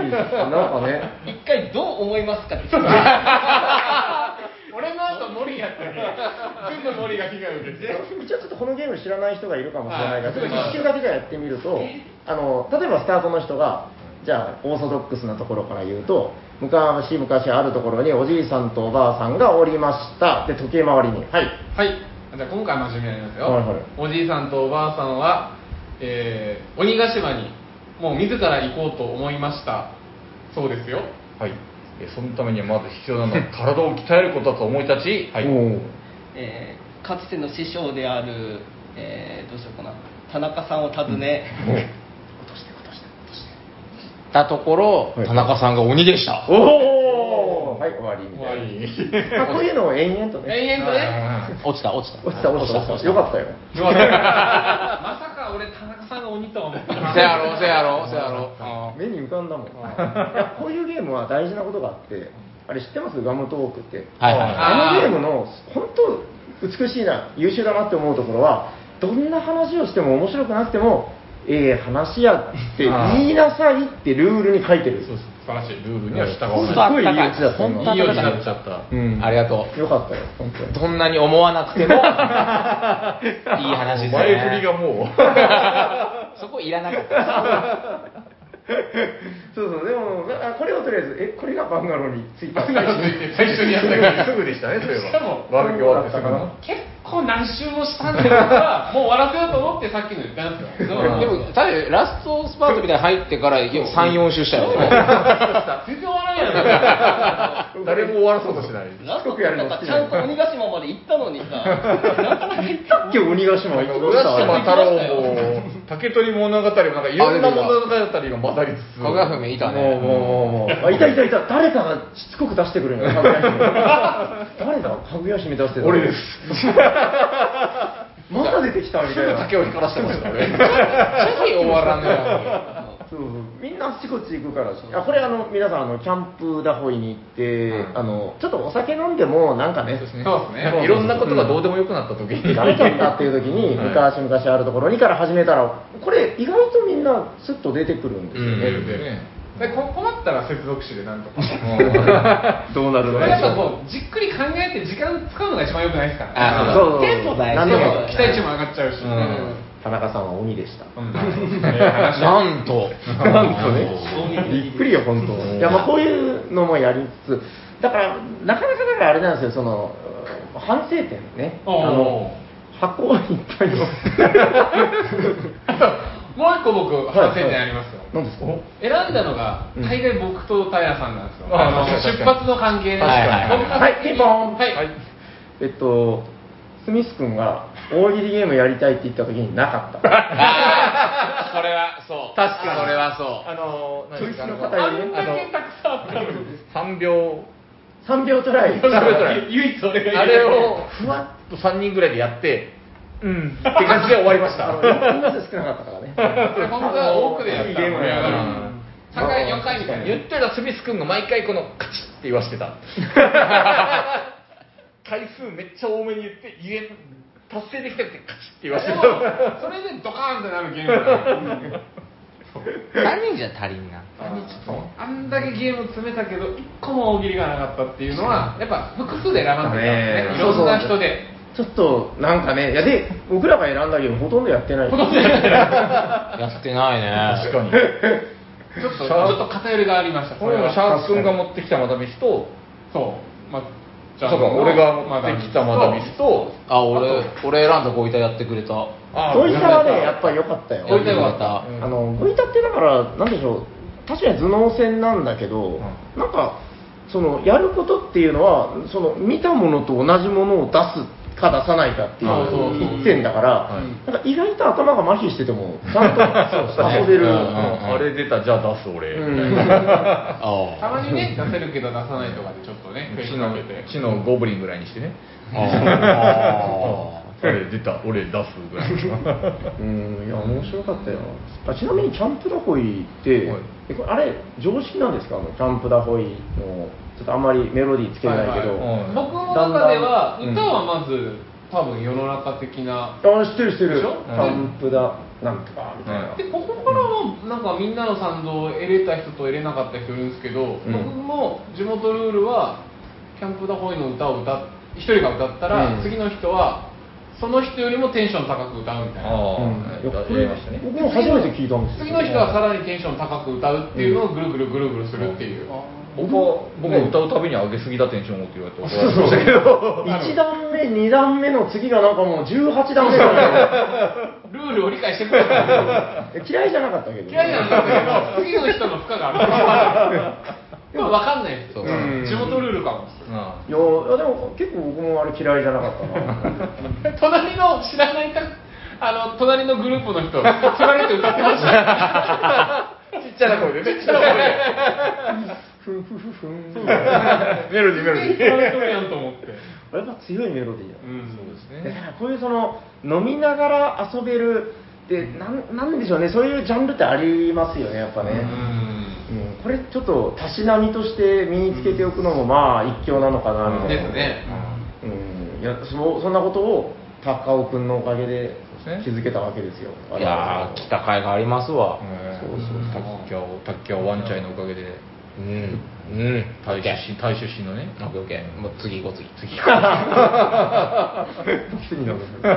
Speaker 2: なんかね
Speaker 3: 一回どう思いま すかって。
Speaker 1: 俺の後森やったよ。全部森が被害を受けて。
Speaker 2: 一応ちょっとこのゲーム知らない人がいるかもしれないから、ちょっと一周だけじゃやってみると、あの例えばスタートの人が、じゃあ、オーソドックスなところから言うと、昔々あるところにおじいさんとおばあさんがおりました、で時計回りに、はい、
Speaker 1: はい。じゃあ今回真面目になりますよ。
Speaker 2: はいはい
Speaker 1: おじいさんとおばあさんは、えー鬼ヶ島にもう自ら行こうと思いました。そうですよ。
Speaker 4: はいえそのためにはまず必要なのは体を鍛えることだと思い立ち、はい、
Speaker 2: もう
Speaker 3: えーかつての師匠である、えーどうしようかな、田中さんを訪ね、
Speaker 6: たところ
Speaker 2: はい
Speaker 6: 田中さんが鬼でした
Speaker 2: おーはい、終わりみたいな、まあこういうのを延々とね、
Speaker 1: 延々とね。
Speaker 6: 落ちた落ちた
Speaker 2: 落ちた、落ちた、落ちた、よかったよ、
Speaker 1: まさか俺田中さんが鬼とは思ってなかっ
Speaker 6: せ
Speaker 1: た。
Speaker 6: やろせやろせやろあ
Speaker 2: 目に浮かんだもん、いやこういうゲームは大事なことがあって、あれ知ってます、ガムトークって。
Speaker 6: ーはいはい
Speaker 2: あのゲームの本当美しいな優秀だなって思うところはどんな話をしても面白くなくてもええ話やって言いなさいってルールに書いてる
Speaker 4: そうそう素晴らしいルールには従わ
Speaker 6: 本
Speaker 4: ない
Speaker 6: 当あったかい
Speaker 2: 本当あったかい
Speaker 6: 本当あった
Speaker 4: なっちゃっ
Speaker 2: う
Speaker 4: た
Speaker 2: ん
Speaker 6: ありがと
Speaker 2: よかったよ本当に
Speaker 6: うどんなに思わな くてもいい話ですね
Speaker 4: 前振りがもう
Speaker 6: そこいらなかった
Speaker 2: そうそうでもあこれをとりあえずえこれがバンガローについた
Speaker 4: 最初にやったけどすぐでしたねそれは
Speaker 1: しかも
Speaker 4: 悪気終わってすぐの
Speaker 1: 結構何周もしたんだ から、もう終わらせようと思ってさっきの言ったんですよ。
Speaker 6: でもただラストスパートみたいに入ってから34周したよ
Speaker 1: 全然終わらないや
Speaker 4: 誰も終わらそうとしない
Speaker 3: ラス
Speaker 2: すご
Speaker 3: ト
Speaker 2: くやる
Speaker 3: なん
Speaker 2: の好き
Speaker 3: かち
Speaker 2: だよ
Speaker 3: ゃんと鬼ヶ島まで行ったのにさ、なかなか行った
Speaker 2: さっき鬼ヶ島行きました
Speaker 4: 浦島太郎も竹取物語もなんかいろんな物語が混ざりつつ
Speaker 6: かぐや姫いたね。
Speaker 2: もうもうもうもうあいたいたいた誰かがしつこく出してく るのよかぐや姫誰だかぐや姫出してた
Speaker 4: 俺です
Speaker 2: まだ出てきたみたいな
Speaker 4: 竹を光らしてました ね
Speaker 6: ぜひ終わらんね
Speaker 2: そうそうみんなあっちこっち行くからあこれあの皆さんあのキャンプだほいに行って、あのちょっとお酒飲んでもなんかね
Speaker 1: そうですね
Speaker 4: いろんなことがどうでもよくなった時に
Speaker 2: 疲れちゃったっていう時に、
Speaker 4: はい
Speaker 2: 昔々あるところにから始めたらこれ意外とみんなスッと出てくるんですよね、
Speaker 6: うん
Speaker 1: ねでこ困ったら接続詞でなんとか
Speaker 4: どうなるの
Speaker 1: やっぱこうじっくり考えて時間使うのが一番良くないですからね
Speaker 6: あ
Speaker 2: そうそう
Speaker 3: テンポ大事
Speaker 2: 何でも
Speaker 1: 期待値も上がっちゃうし、うん
Speaker 2: 田中さんは鬼でした
Speaker 6: なんと。
Speaker 2: なんとね、びっくりよ、本当。いや、まあ、こういうのもやりつつ、だから、なかなかだからあれなんですよ、その、反省点ね。あ
Speaker 1: おー
Speaker 2: の、箱いっぱいの。
Speaker 1: もう一個僕反省点ありますよ、
Speaker 2: 何ですか
Speaker 1: 選んだのが大概僕と平さんなんですよ、
Speaker 4: うん
Speaker 1: あの
Speaker 4: あ
Speaker 1: 出発の関係で、
Speaker 6: はいはいはい
Speaker 1: 僕が
Speaker 2: はい、ピンポーン。
Speaker 1: はい、
Speaker 2: えっと、スミス君が大喜利ゲームやりたいって言った時になかった。
Speaker 6: あーそれはそう。 確かに。それはそう。
Speaker 4: あの何
Speaker 2: チョ
Speaker 4: で
Speaker 2: イ
Speaker 4: す
Speaker 2: ス
Speaker 4: か
Speaker 2: の
Speaker 4: あ
Speaker 2: 方よりね、
Speaker 4: 3秒
Speaker 2: 3秒トライ。
Speaker 1: 唯一俺が
Speaker 4: あ
Speaker 1: 言え
Speaker 4: れ
Speaker 1: る
Speaker 4: をふわっと3人ぐらいでやってうんって感じで終わりまし
Speaker 2: あの、
Speaker 4: た
Speaker 2: 人数少なかったからね。
Speaker 1: これ本当は多くでやったら盛り上がる
Speaker 4: うん
Speaker 1: 3回4回みたいな
Speaker 4: 言ってたスミス君が毎回このカチッって言わして た回数めっちゃ多めに言って言え達成できたくてカチッって言わして
Speaker 1: でも
Speaker 4: た
Speaker 1: それでドカーンってなるゲームだから
Speaker 6: 3人じゃ足りんな。
Speaker 1: あんだけゲーム詰めたけど一個も大喜利がなかったっていうのはやっぱ複数で選ばなきゃいけないですねいろんな人で
Speaker 2: ちょっと、なんかね、いや、で、僕らが選んだゲームほとんどやってない。
Speaker 6: やってないね。
Speaker 4: 確かに
Speaker 1: ちょっとちょっと偏りがありました
Speaker 4: これもシャーク君が持ってきたマダミスと
Speaker 1: そうまあじ
Speaker 4: そ
Speaker 1: ゃ
Speaker 4: う
Speaker 1: あ
Speaker 4: か俺が持ってきたマダミスと
Speaker 6: あ、俺、俺選んだ子いたやってくれた。
Speaker 4: あ
Speaker 2: ドイタはね、やっぱり良かったよ。
Speaker 1: ドイツは良
Speaker 6: かった
Speaker 2: あの、ゴイタってだから、なんでしょう、確かに頭脳戦なんだけど、
Speaker 4: ん
Speaker 2: なんか、その、やることっていうのは、その、見たものと同じものを出すか出さないかってい
Speaker 1: あそうそう
Speaker 2: う一点だから、なんか意外と頭が麻痺してても、ちゃん と遊べる。
Speaker 6: う
Speaker 2: うんん
Speaker 4: あれ出たじゃあ出す俺みたいな
Speaker 6: あ
Speaker 1: たまにね出せるけど出さないとかでちょっとね
Speaker 4: 地
Speaker 1: 食い
Speaker 4: の
Speaker 1: かけて
Speaker 4: 地のゴブリンぐらいにしてね
Speaker 6: あ
Speaker 4: あ
Speaker 6: ー。
Speaker 4: れ出た俺出すぐらい
Speaker 2: うん、いや、面白かったよ。あちなみに、キャンプダホイって、
Speaker 4: はい
Speaker 2: えこれあれ、常識なんですかあの、キャンプダホイの、ちょっとあんまりメロディーつけないけど。
Speaker 4: はいはい
Speaker 1: 僕の中では
Speaker 2: だんだん
Speaker 1: 歌はまず多分世の中的な
Speaker 2: あ、知ってる知ってる。
Speaker 1: でし
Speaker 2: キ
Speaker 1: ょ
Speaker 2: ャンプだ、なんとか、みたいな。
Speaker 4: は
Speaker 1: でここからはなんかみんなの賛同を得れた人と得れなかった人いるんですけど、
Speaker 2: うん
Speaker 1: 僕も地元ルールはキャンプダホイの歌を歌っ一人が歌ったら、
Speaker 2: うん
Speaker 1: 次の人はその人よりもテンション高く歌うみたいな
Speaker 4: ああ
Speaker 2: うんいやこ
Speaker 4: や
Speaker 2: れ
Speaker 4: りましたね
Speaker 2: 僕も初めて聞いたんですよ。
Speaker 1: 次の人はさらにテンション高く歌うっていうのをぐるぐるぐるぐるするっていう、
Speaker 4: 僕は僕は歌うたびに上げすぎだテンションをって言われて怒られ ましたけど
Speaker 2: 1段目、2段目の次がなんかもう18段目だ
Speaker 1: ルールを理解してくれた
Speaker 2: よ嫌いじゃなかったけど。
Speaker 1: 嫌いなんだけど次の人の負荷がある まあ分かんないですよ
Speaker 4: うん
Speaker 1: 地元ルールかも
Speaker 4: あ
Speaker 2: いやいやでも結構僕もあれ嫌いじゃなかったな。
Speaker 1: 隣の知らないたあの隣のグループの人、つられて歌ってました。
Speaker 4: あちっちゃな声でねちっちゃな
Speaker 2: ふんふんふんふん。
Speaker 4: 声でメロディーメロディー
Speaker 1: 隣の人やんと思って。
Speaker 2: やっぱ強いメロディーだ。
Speaker 1: うん、そうですね。
Speaker 2: だからこういうその飲みながら遊べるってなんなんでしょうねそういうジャンルってありますよねやっぱね、うんこれちょっとたしなみとして身につけておくのもまあ一興なのかなみたいな、
Speaker 1: ですね。
Speaker 2: うんいやそそんなことを高尾君のおかげで
Speaker 4: そうですね
Speaker 2: 気づけたわけですよ
Speaker 6: いやー、来た甲斐がありますわ。
Speaker 4: そうそうタッキャオタッキャオワンチャイのおかげで
Speaker 6: うん。うん。
Speaker 4: タイ出身タイ出身のね
Speaker 6: オッケーオッケー。もう次行こう、次。 次。
Speaker 2: 次のです
Speaker 1: ちな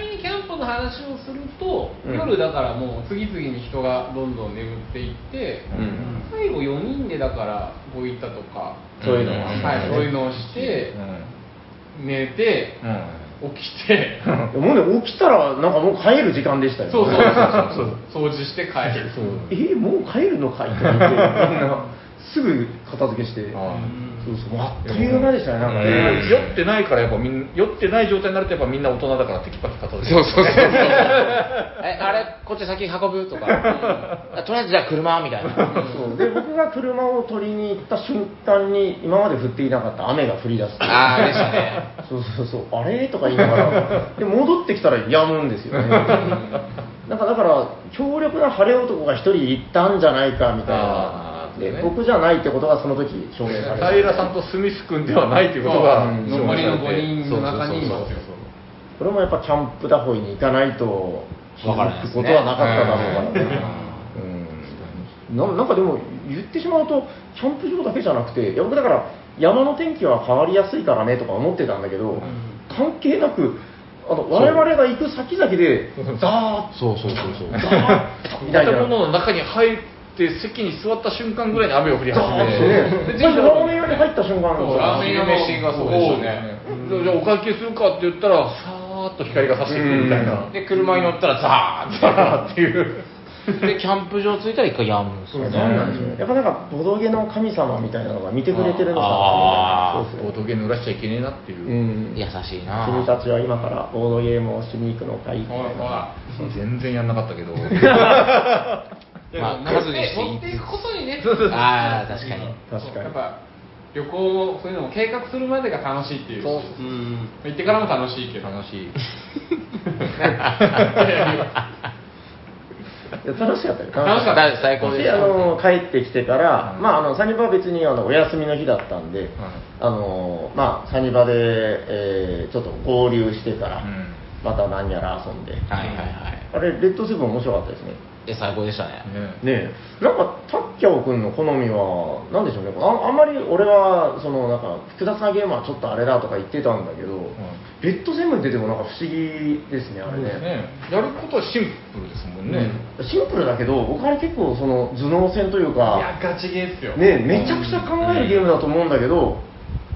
Speaker 1: みにキャンプの話をすると、
Speaker 2: うん
Speaker 1: 夜だからもう次々に人がどんどん眠っていって、
Speaker 2: うん
Speaker 1: 最後4人でだからこういったとか、
Speaker 2: そういうの
Speaker 6: うん
Speaker 1: はい、そういうのをして
Speaker 4: う、ん
Speaker 1: 寝て、起きて、
Speaker 2: もうね起きたらなんかもう帰る時間でしたよ
Speaker 1: そうそう
Speaker 2: え
Speaker 1: そうそう、掃除して帰る。
Speaker 2: ーもう帰るのかいって言ってみんなすぐ片付けして、
Speaker 4: あ
Speaker 2: そうそう、もうあっという間でしたね、なんかね。
Speaker 4: で酔ってないからやっぱみん酔ってない状態になるとやっぱみんな大人だからテキパキ片付け
Speaker 6: そう
Speaker 4: る
Speaker 6: そうそうそうえあれこっち先運ぶとか、うんとりあえずじゃあ車みたいな
Speaker 2: そうで僕が車を取りに行った瞬間に今まで降っていなかった雨が降り出して
Speaker 6: ああでしたね
Speaker 2: そうそうそうあれとか言いなが らで戻ってきたらやむんですよ ねなんかだから強力な晴れ男が一人行ったんじゃないかみたい
Speaker 4: あ
Speaker 2: な
Speaker 4: ー
Speaker 2: で、
Speaker 4: そうね
Speaker 2: 僕じゃないってことがその時証明された
Speaker 4: 平さんとスミス君ではないということが
Speaker 1: そう
Speaker 4: 証明され
Speaker 1: 残
Speaker 4: て
Speaker 1: りの五人の中にいますよ
Speaker 4: そうそうそう
Speaker 2: これもやっぱキャンプダホイに行かないと
Speaker 6: わからないですね
Speaker 2: ってことはなかっただろうからね、うんななんかでも言ってしまうとキャンプ場だけじゃなくていや僕だから山の天気は変わりやすいからねとか思ってたんだけど、関係なくあの我々が行く先々でザーッ
Speaker 6: そうそうそうそう
Speaker 2: ザーッみたいな
Speaker 4: 建物の中に入って席に座った瞬間ぐらいに雨が降り
Speaker 2: ザ
Speaker 4: 始
Speaker 2: ーッ
Speaker 4: めて
Speaker 2: てね最初ラーメン屋に入った瞬間
Speaker 1: そうラーメン屋の
Speaker 4: 飯がそうでしたねじゃあお会計するかって言ったらさーっと光が差してくるみたいな
Speaker 6: で車に乗ったらザー
Speaker 4: ザーっていう
Speaker 6: ッでキャンプ場着いたら一回やむんです
Speaker 2: そう
Speaker 6: よ
Speaker 2: なん
Speaker 6: ね
Speaker 2: なんでしょうねやっぱなんかボドゲの神様みたいなのが見てくれてるのか
Speaker 6: あ
Speaker 2: な
Speaker 6: ー
Speaker 2: そうそう
Speaker 4: ボードゲーム売らしちゃいけねえなっていうう、
Speaker 2: ん
Speaker 6: 優しいな
Speaker 2: 君たちは今からボードゲームをしに行くのかいみたい
Speaker 1: ほらほ
Speaker 2: な
Speaker 1: ら
Speaker 4: 全然やんなかったけど
Speaker 6: まあ
Speaker 1: いやでも
Speaker 6: 数にして
Speaker 1: 持っていくことにね
Speaker 6: あー確かに
Speaker 2: 確かに
Speaker 1: やっぱ旅行もそういうのも計画するまでが楽しいっていう
Speaker 4: そう
Speaker 3: うん
Speaker 1: 行ってからも楽しいけど
Speaker 4: 楽しい
Speaker 2: いや楽しかった
Speaker 1: 楽
Speaker 2: よ
Speaker 1: しかった
Speaker 6: だ最高で
Speaker 2: で
Speaker 6: し
Speaker 2: あ
Speaker 6: た
Speaker 2: の帰ってきてから、
Speaker 4: うん
Speaker 2: まあ、あのサニバは別にあのお休みの日だったんで、あのまあ、サニバで、えーちょっと合流してから、
Speaker 4: うん
Speaker 2: また何やら遊んで、
Speaker 6: はいはいはい
Speaker 2: あれレッドセブン面白かったですね
Speaker 6: で最高でしたね
Speaker 4: ね
Speaker 2: ねえなんかタッキャオ君の好みは何でしょうねああんまり俺はそのなんか複雑なゲームはちょっとあれだとか言ってたんだけど、レッドセブン出てもなんか不思議ですねあれ
Speaker 4: ねやることはシンプルですもんね、
Speaker 2: シンプルだけど僕あれ結構その頭脳戦というか
Speaker 1: いやガチゲーっすよ
Speaker 2: ね、めちゃくちゃ考えるゲームだと思うんだけど、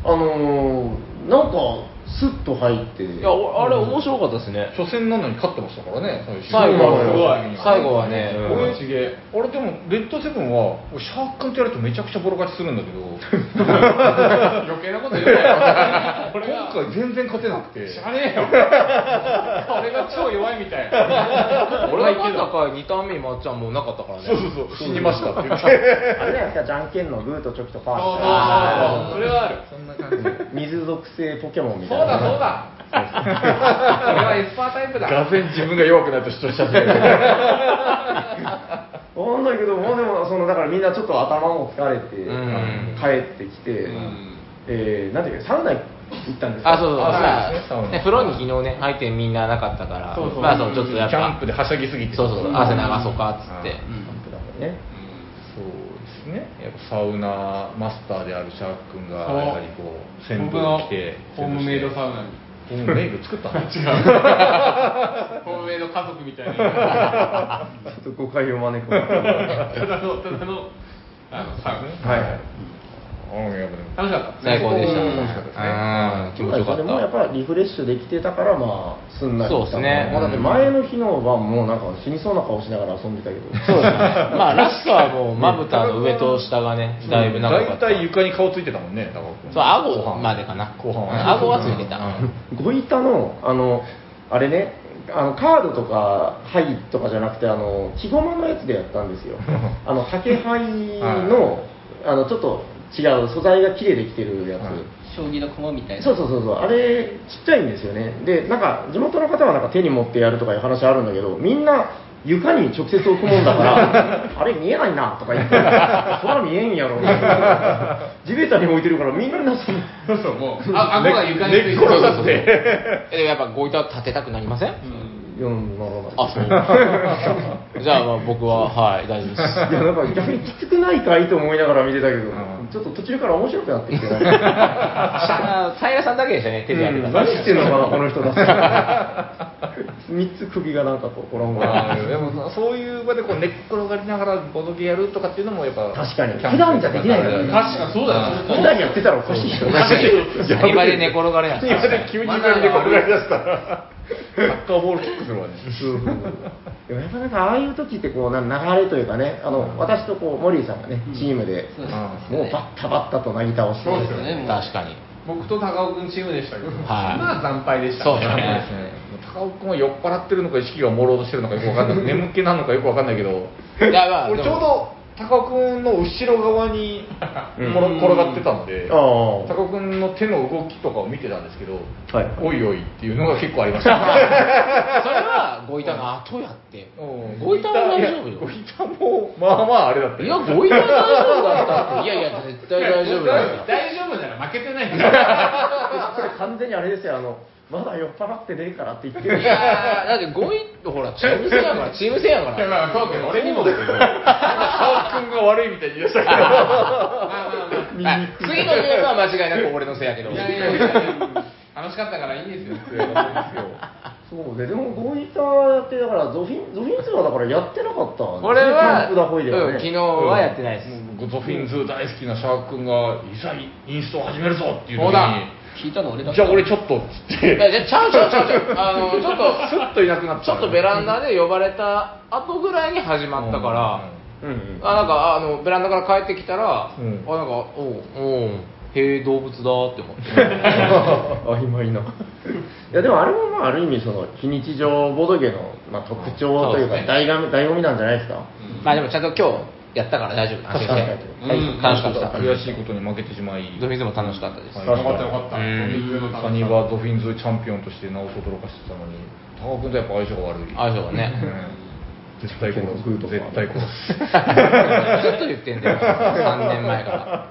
Speaker 2: あのーなんかスッと入って
Speaker 6: いやおあれ面白かったですね
Speaker 4: 初戦なのに勝ってましたからね
Speaker 6: 最後は
Speaker 1: すごい
Speaker 6: 最後はね
Speaker 4: うん
Speaker 6: うん
Speaker 1: ガチゲ
Speaker 4: あれでもレッドセブンは俺シャークンとやるとめちゃくちゃボロ勝ちするんだけど
Speaker 1: ー余計なこと言うなよこれが
Speaker 4: 今回全然勝てなくて
Speaker 1: 知らねえよ 俺が超弱いみたい
Speaker 6: 俺はまさか2ターン目にまっちゃんもうなかったからね
Speaker 4: そうそうそう死にましたって言って
Speaker 2: あれじゃないですか、じゃんけんのグーとチョキとパー
Speaker 1: ああそれはある
Speaker 4: そんな感じ
Speaker 2: みたいな、水属性ポケモンみ
Speaker 1: そ
Speaker 2: た
Speaker 1: う
Speaker 2: い
Speaker 1: だ
Speaker 2: な、
Speaker 1: そうだ俺はエスパータイプだ
Speaker 4: がぜん自分が弱くなると主張しちゃって
Speaker 2: わかんないけど、もうでもその、だからみんなちょっと頭も疲れて、
Speaker 6: ん
Speaker 2: 帰ってきて、えーなんていうか、サウナ行ったんです
Speaker 6: あそうそう
Speaker 4: あ
Speaker 6: まあ
Speaker 4: そうですね
Speaker 6: ね風呂に昨日ね入ってみんななかったから
Speaker 1: そうそう
Speaker 6: まあそのちょっと
Speaker 4: キ
Speaker 6: やっぱ
Speaker 4: ャンプではしゃぎすぎて
Speaker 6: そうそうそう汗流そうかっつって
Speaker 4: う
Speaker 2: キャンプだもんね。
Speaker 4: そうですねやっぱサウナマスターであるシャークンが
Speaker 1: そう
Speaker 4: やはりこう
Speaker 1: 僕
Speaker 4: 先
Speaker 1: の
Speaker 4: 導来て
Speaker 1: ホームメイドサウナに
Speaker 4: ホームメイド作ったの
Speaker 1: ホームメイド家族みたいな
Speaker 2: ちょっと誤解を招くな。は
Speaker 1: ただのただのあのサウナ
Speaker 2: いはい。
Speaker 4: うんやっぱ
Speaker 1: 楽し
Speaker 4: でも
Speaker 1: かった
Speaker 6: 最高でした
Speaker 4: う
Speaker 6: ね
Speaker 4: ん楽しかったですね
Speaker 6: うん気持ちよかっ
Speaker 2: でもやったぱりリフレッシュできてたから、まあ、すんなり行ったの
Speaker 6: そうですね
Speaker 2: まあ、だって前の日の晩も、なんか死にそうな顔しながら遊んでたけど、
Speaker 6: そうですねまあラストはもうまぶたの上と下がねだいぶ長か
Speaker 4: 大
Speaker 6: った
Speaker 4: 体床に顔ついてたもんね高尾君
Speaker 6: そう顎までかな
Speaker 4: 後半
Speaker 6: うん顎はついてた
Speaker 2: ごいたの、あの、あれね、あのカードとか牌とかじゃなくて、あの木駒のやつでやったんですよ、あの竹牌の、あのちょっと違う、素材が木でできてるやつ。
Speaker 4: はい
Speaker 3: 将棋の駒みたいな
Speaker 2: そうそうそうそうあれちっちゃいんですよねでなんか地元の方はなんか手に持ってやるとかいう話あるんだけどみんな床に直接置くもんだからあれ見えないなとか言ってそら見えんやろ地べたに置いてるからみんなその
Speaker 1: そうそうもうあ顎が床についてる
Speaker 4: 寝っ転がって
Speaker 6: えでもやっぱごいた立てたくなりません
Speaker 1: うん
Speaker 2: うんなるほど
Speaker 6: あそうじゃあまあ僕ははい大丈 夫です
Speaker 2: いやなんか逆にきつくないかいと思いながら見てたけど、
Speaker 4: ん
Speaker 2: ちょっと途中から面白くなってきて、ね、
Speaker 6: 平さんだけでしたね手でやってた
Speaker 2: 何してんのかなこの人だ 3つ首がなんかこう、コロンゴ
Speaker 4: あーでもそういう場でこう寝っ転がりながらボドゲやるとかっていうのもやっぱ
Speaker 2: 確かに
Speaker 4: キャンプ
Speaker 2: 普段じゃできないからね
Speaker 1: 確かにそうだよ
Speaker 4: あー
Speaker 1: そう
Speaker 2: 普段やってたらおかしいよね。
Speaker 6: 何場で寝転がれやん。
Speaker 8: 今で急に左で転がり出したら、サッカーボールキックするわね。
Speaker 2: でもやっぱなんかああいう時ってこうな流れというかねあの私とこうモリーさんがねチームで
Speaker 3: そうです
Speaker 2: もうバッタバッタとなぎ倒して
Speaker 1: そうですよね
Speaker 3: もう
Speaker 6: 確かに。
Speaker 1: 僕と高尾君チームでしたけど、
Speaker 6: はい
Speaker 1: まあ惨敗でした
Speaker 6: そうだ
Speaker 4: そう
Speaker 6: ね
Speaker 4: です。ね高尾君は酔っ払ってるのか意識が朦朧としてるのかよくわかんな い眠気なのかよくわかんないけど
Speaker 6: いやまあ
Speaker 4: 俺ちょうど高尾君の後ろ側に転転がってたので
Speaker 2: ああ
Speaker 4: 高尾君の手の動きとかを見てたんですけど
Speaker 2: はい
Speaker 4: おいおいっていうのが結構ありました
Speaker 6: それはごいたの後やって。
Speaker 4: うん
Speaker 6: ごいたは大丈夫
Speaker 4: いや
Speaker 6: よ
Speaker 4: ご。いたもまあまああれだった
Speaker 6: い
Speaker 4: よ
Speaker 6: や、ごいたは大丈夫だったって。いやいや、絶対大丈夫だよ。
Speaker 1: 大丈夫なら負けてないから
Speaker 2: これ完全にあれですよあのまだ酔っ払ってねえからって言ってる
Speaker 6: いやーだってごいほら、チーム戦やから、チーム戦やから。
Speaker 1: まあそうけど俺にもだけどまあ
Speaker 4: 高尾君が悪いみたいに言い出したけど
Speaker 1: まあまあ
Speaker 6: はい次のゲームは間違いなく俺のせいやけど。
Speaker 1: いやいやいや楽しかったからいいんですよ
Speaker 2: そうででもゴイターやってだからゾフィンゾフィンズはだからやってなかったんですね
Speaker 6: これは、
Speaker 2: キャンプだほいでは
Speaker 6: うん
Speaker 2: ね
Speaker 6: 昨日はやってないです。
Speaker 4: もうゾフィンズ大好きなシャーク君がいざインストを始めるぞっていう時
Speaker 1: そうだ
Speaker 4: に
Speaker 3: 聞いたの俺だ
Speaker 4: じゃあ俺ちょっとっつって
Speaker 6: いやじゃあちゃうちゃうちゃうちゃう。あの、ちょっ
Speaker 4: ス
Speaker 6: と、
Speaker 4: ッといなくなっ
Speaker 6: ち
Speaker 4: ち
Speaker 6: ょ
Speaker 4: ゃ
Speaker 6: っ
Speaker 4: う
Speaker 6: とベランダで呼ばれた後ぐらいに始まったから、
Speaker 2: うんうん
Speaker 6: あなんかあのベランダから帰ってきたら、
Speaker 4: うん
Speaker 6: あなんかおうおうへえ動物だって思って
Speaker 2: 曖昧ないやでもあれもまあある意味その非日常ボドゲのまあ特徴というか
Speaker 6: そうですね
Speaker 2: 醍醐味醍醐味なんじゃないですか
Speaker 6: まあでもちゃんと今日やったから大丈夫安心して
Speaker 2: はい
Speaker 6: うん楽しかった
Speaker 4: 悔しいことに負けてしまい
Speaker 6: ドフィンズも楽しかったです、
Speaker 4: はい
Speaker 1: よかったよかった
Speaker 4: サニはドフィンズチャンピオンとして名をとどろかしてたのに高尾君とやっぱ相性が悪い
Speaker 6: 相性がね
Speaker 4: うん絶対殺
Speaker 2: グーと
Speaker 4: す
Speaker 2: か
Speaker 4: 絶対殺す
Speaker 6: ずっと言ってんだよ3年前か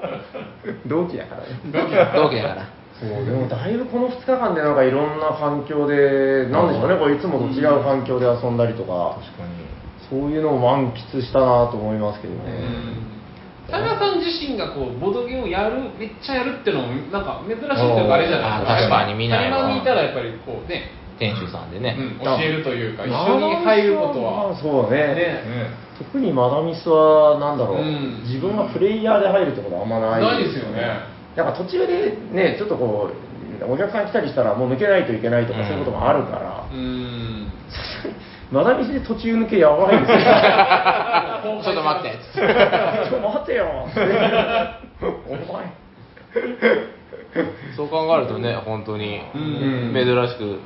Speaker 2: 同期だからね
Speaker 6: ら同期だから
Speaker 2: そうでもだいぶこの2日間でなんかいろんな環境でなんでしょうねこういつもと違う環境で遊んだりとか
Speaker 4: 確かに
Speaker 2: そういうのを満喫したなと思いますけどね
Speaker 1: 田中さん自身がこうボドゲをやるめっちゃやるってのもなんか珍しいというかあれじゃないですか
Speaker 6: あー確かに見ないわ
Speaker 1: 台湾にいたらやっぱりこうね、
Speaker 6: 店主さんで
Speaker 1: う
Speaker 6: ね、
Speaker 1: ん、教えるというか一緒に入ること
Speaker 2: ま
Speaker 1: は
Speaker 2: あそうね
Speaker 1: ね
Speaker 2: 特にマダミスはなんだろう、
Speaker 1: うん
Speaker 2: 自分はプレイヤーで入るってことはあんまない
Speaker 1: ないですよね
Speaker 2: なんか途中でねちょっとこうお客さん来たりしたらもう抜けないといけないとか、そういうこともあるから
Speaker 1: うん
Speaker 2: マダミスで途中抜けやばい ですよ
Speaker 6: ちょっと待って
Speaker 2: ちょ 待てよお前
Speaker 6: そう考えるとね本当に
Speaker 1: うん
Speaker 6: 珍しく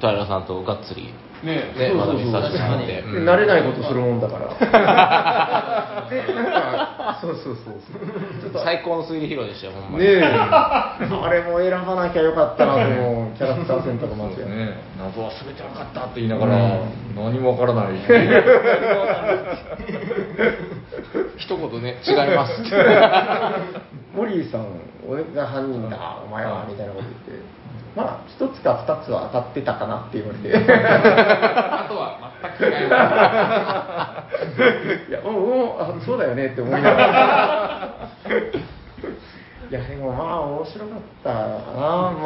Speaker 6: 平さんとがっつり
Speaker 1: ね
Speaker 6: ねまだ見させてもらっ
Speaker 3: 確かに
Speaker 2: で
Speaker 6: て、うん
Speaker 2: 慣れないことするもんだから。で、なんか、そうそうそうそう。
Speaker 6: 最高の推理披露でしたよほんまに、
Speaker 2: ねえ、 あれも選ばなきゃよかったなと思う、キャラクター選択間
Speaker 4: そう
Speaker 2: 違
Speaker 4: です
Speaker 2: え。
Speaker 4: ね謎は全て分かったって言いながら、
Speaker 2: うん
Speaker 4: 何も分からない
Speaker 6: 一言ね違いますって
Speaker 2: モリーさん、俺が犯人だ、お前は、みたいなこと言って。まあ、一つか二つは当たってたかなって言われて。
Speaker 1: あとは全く違います
Speaker 2: いや、うんうん、あそうだよねって思いな がら。いや、でもまあ、面白かったな。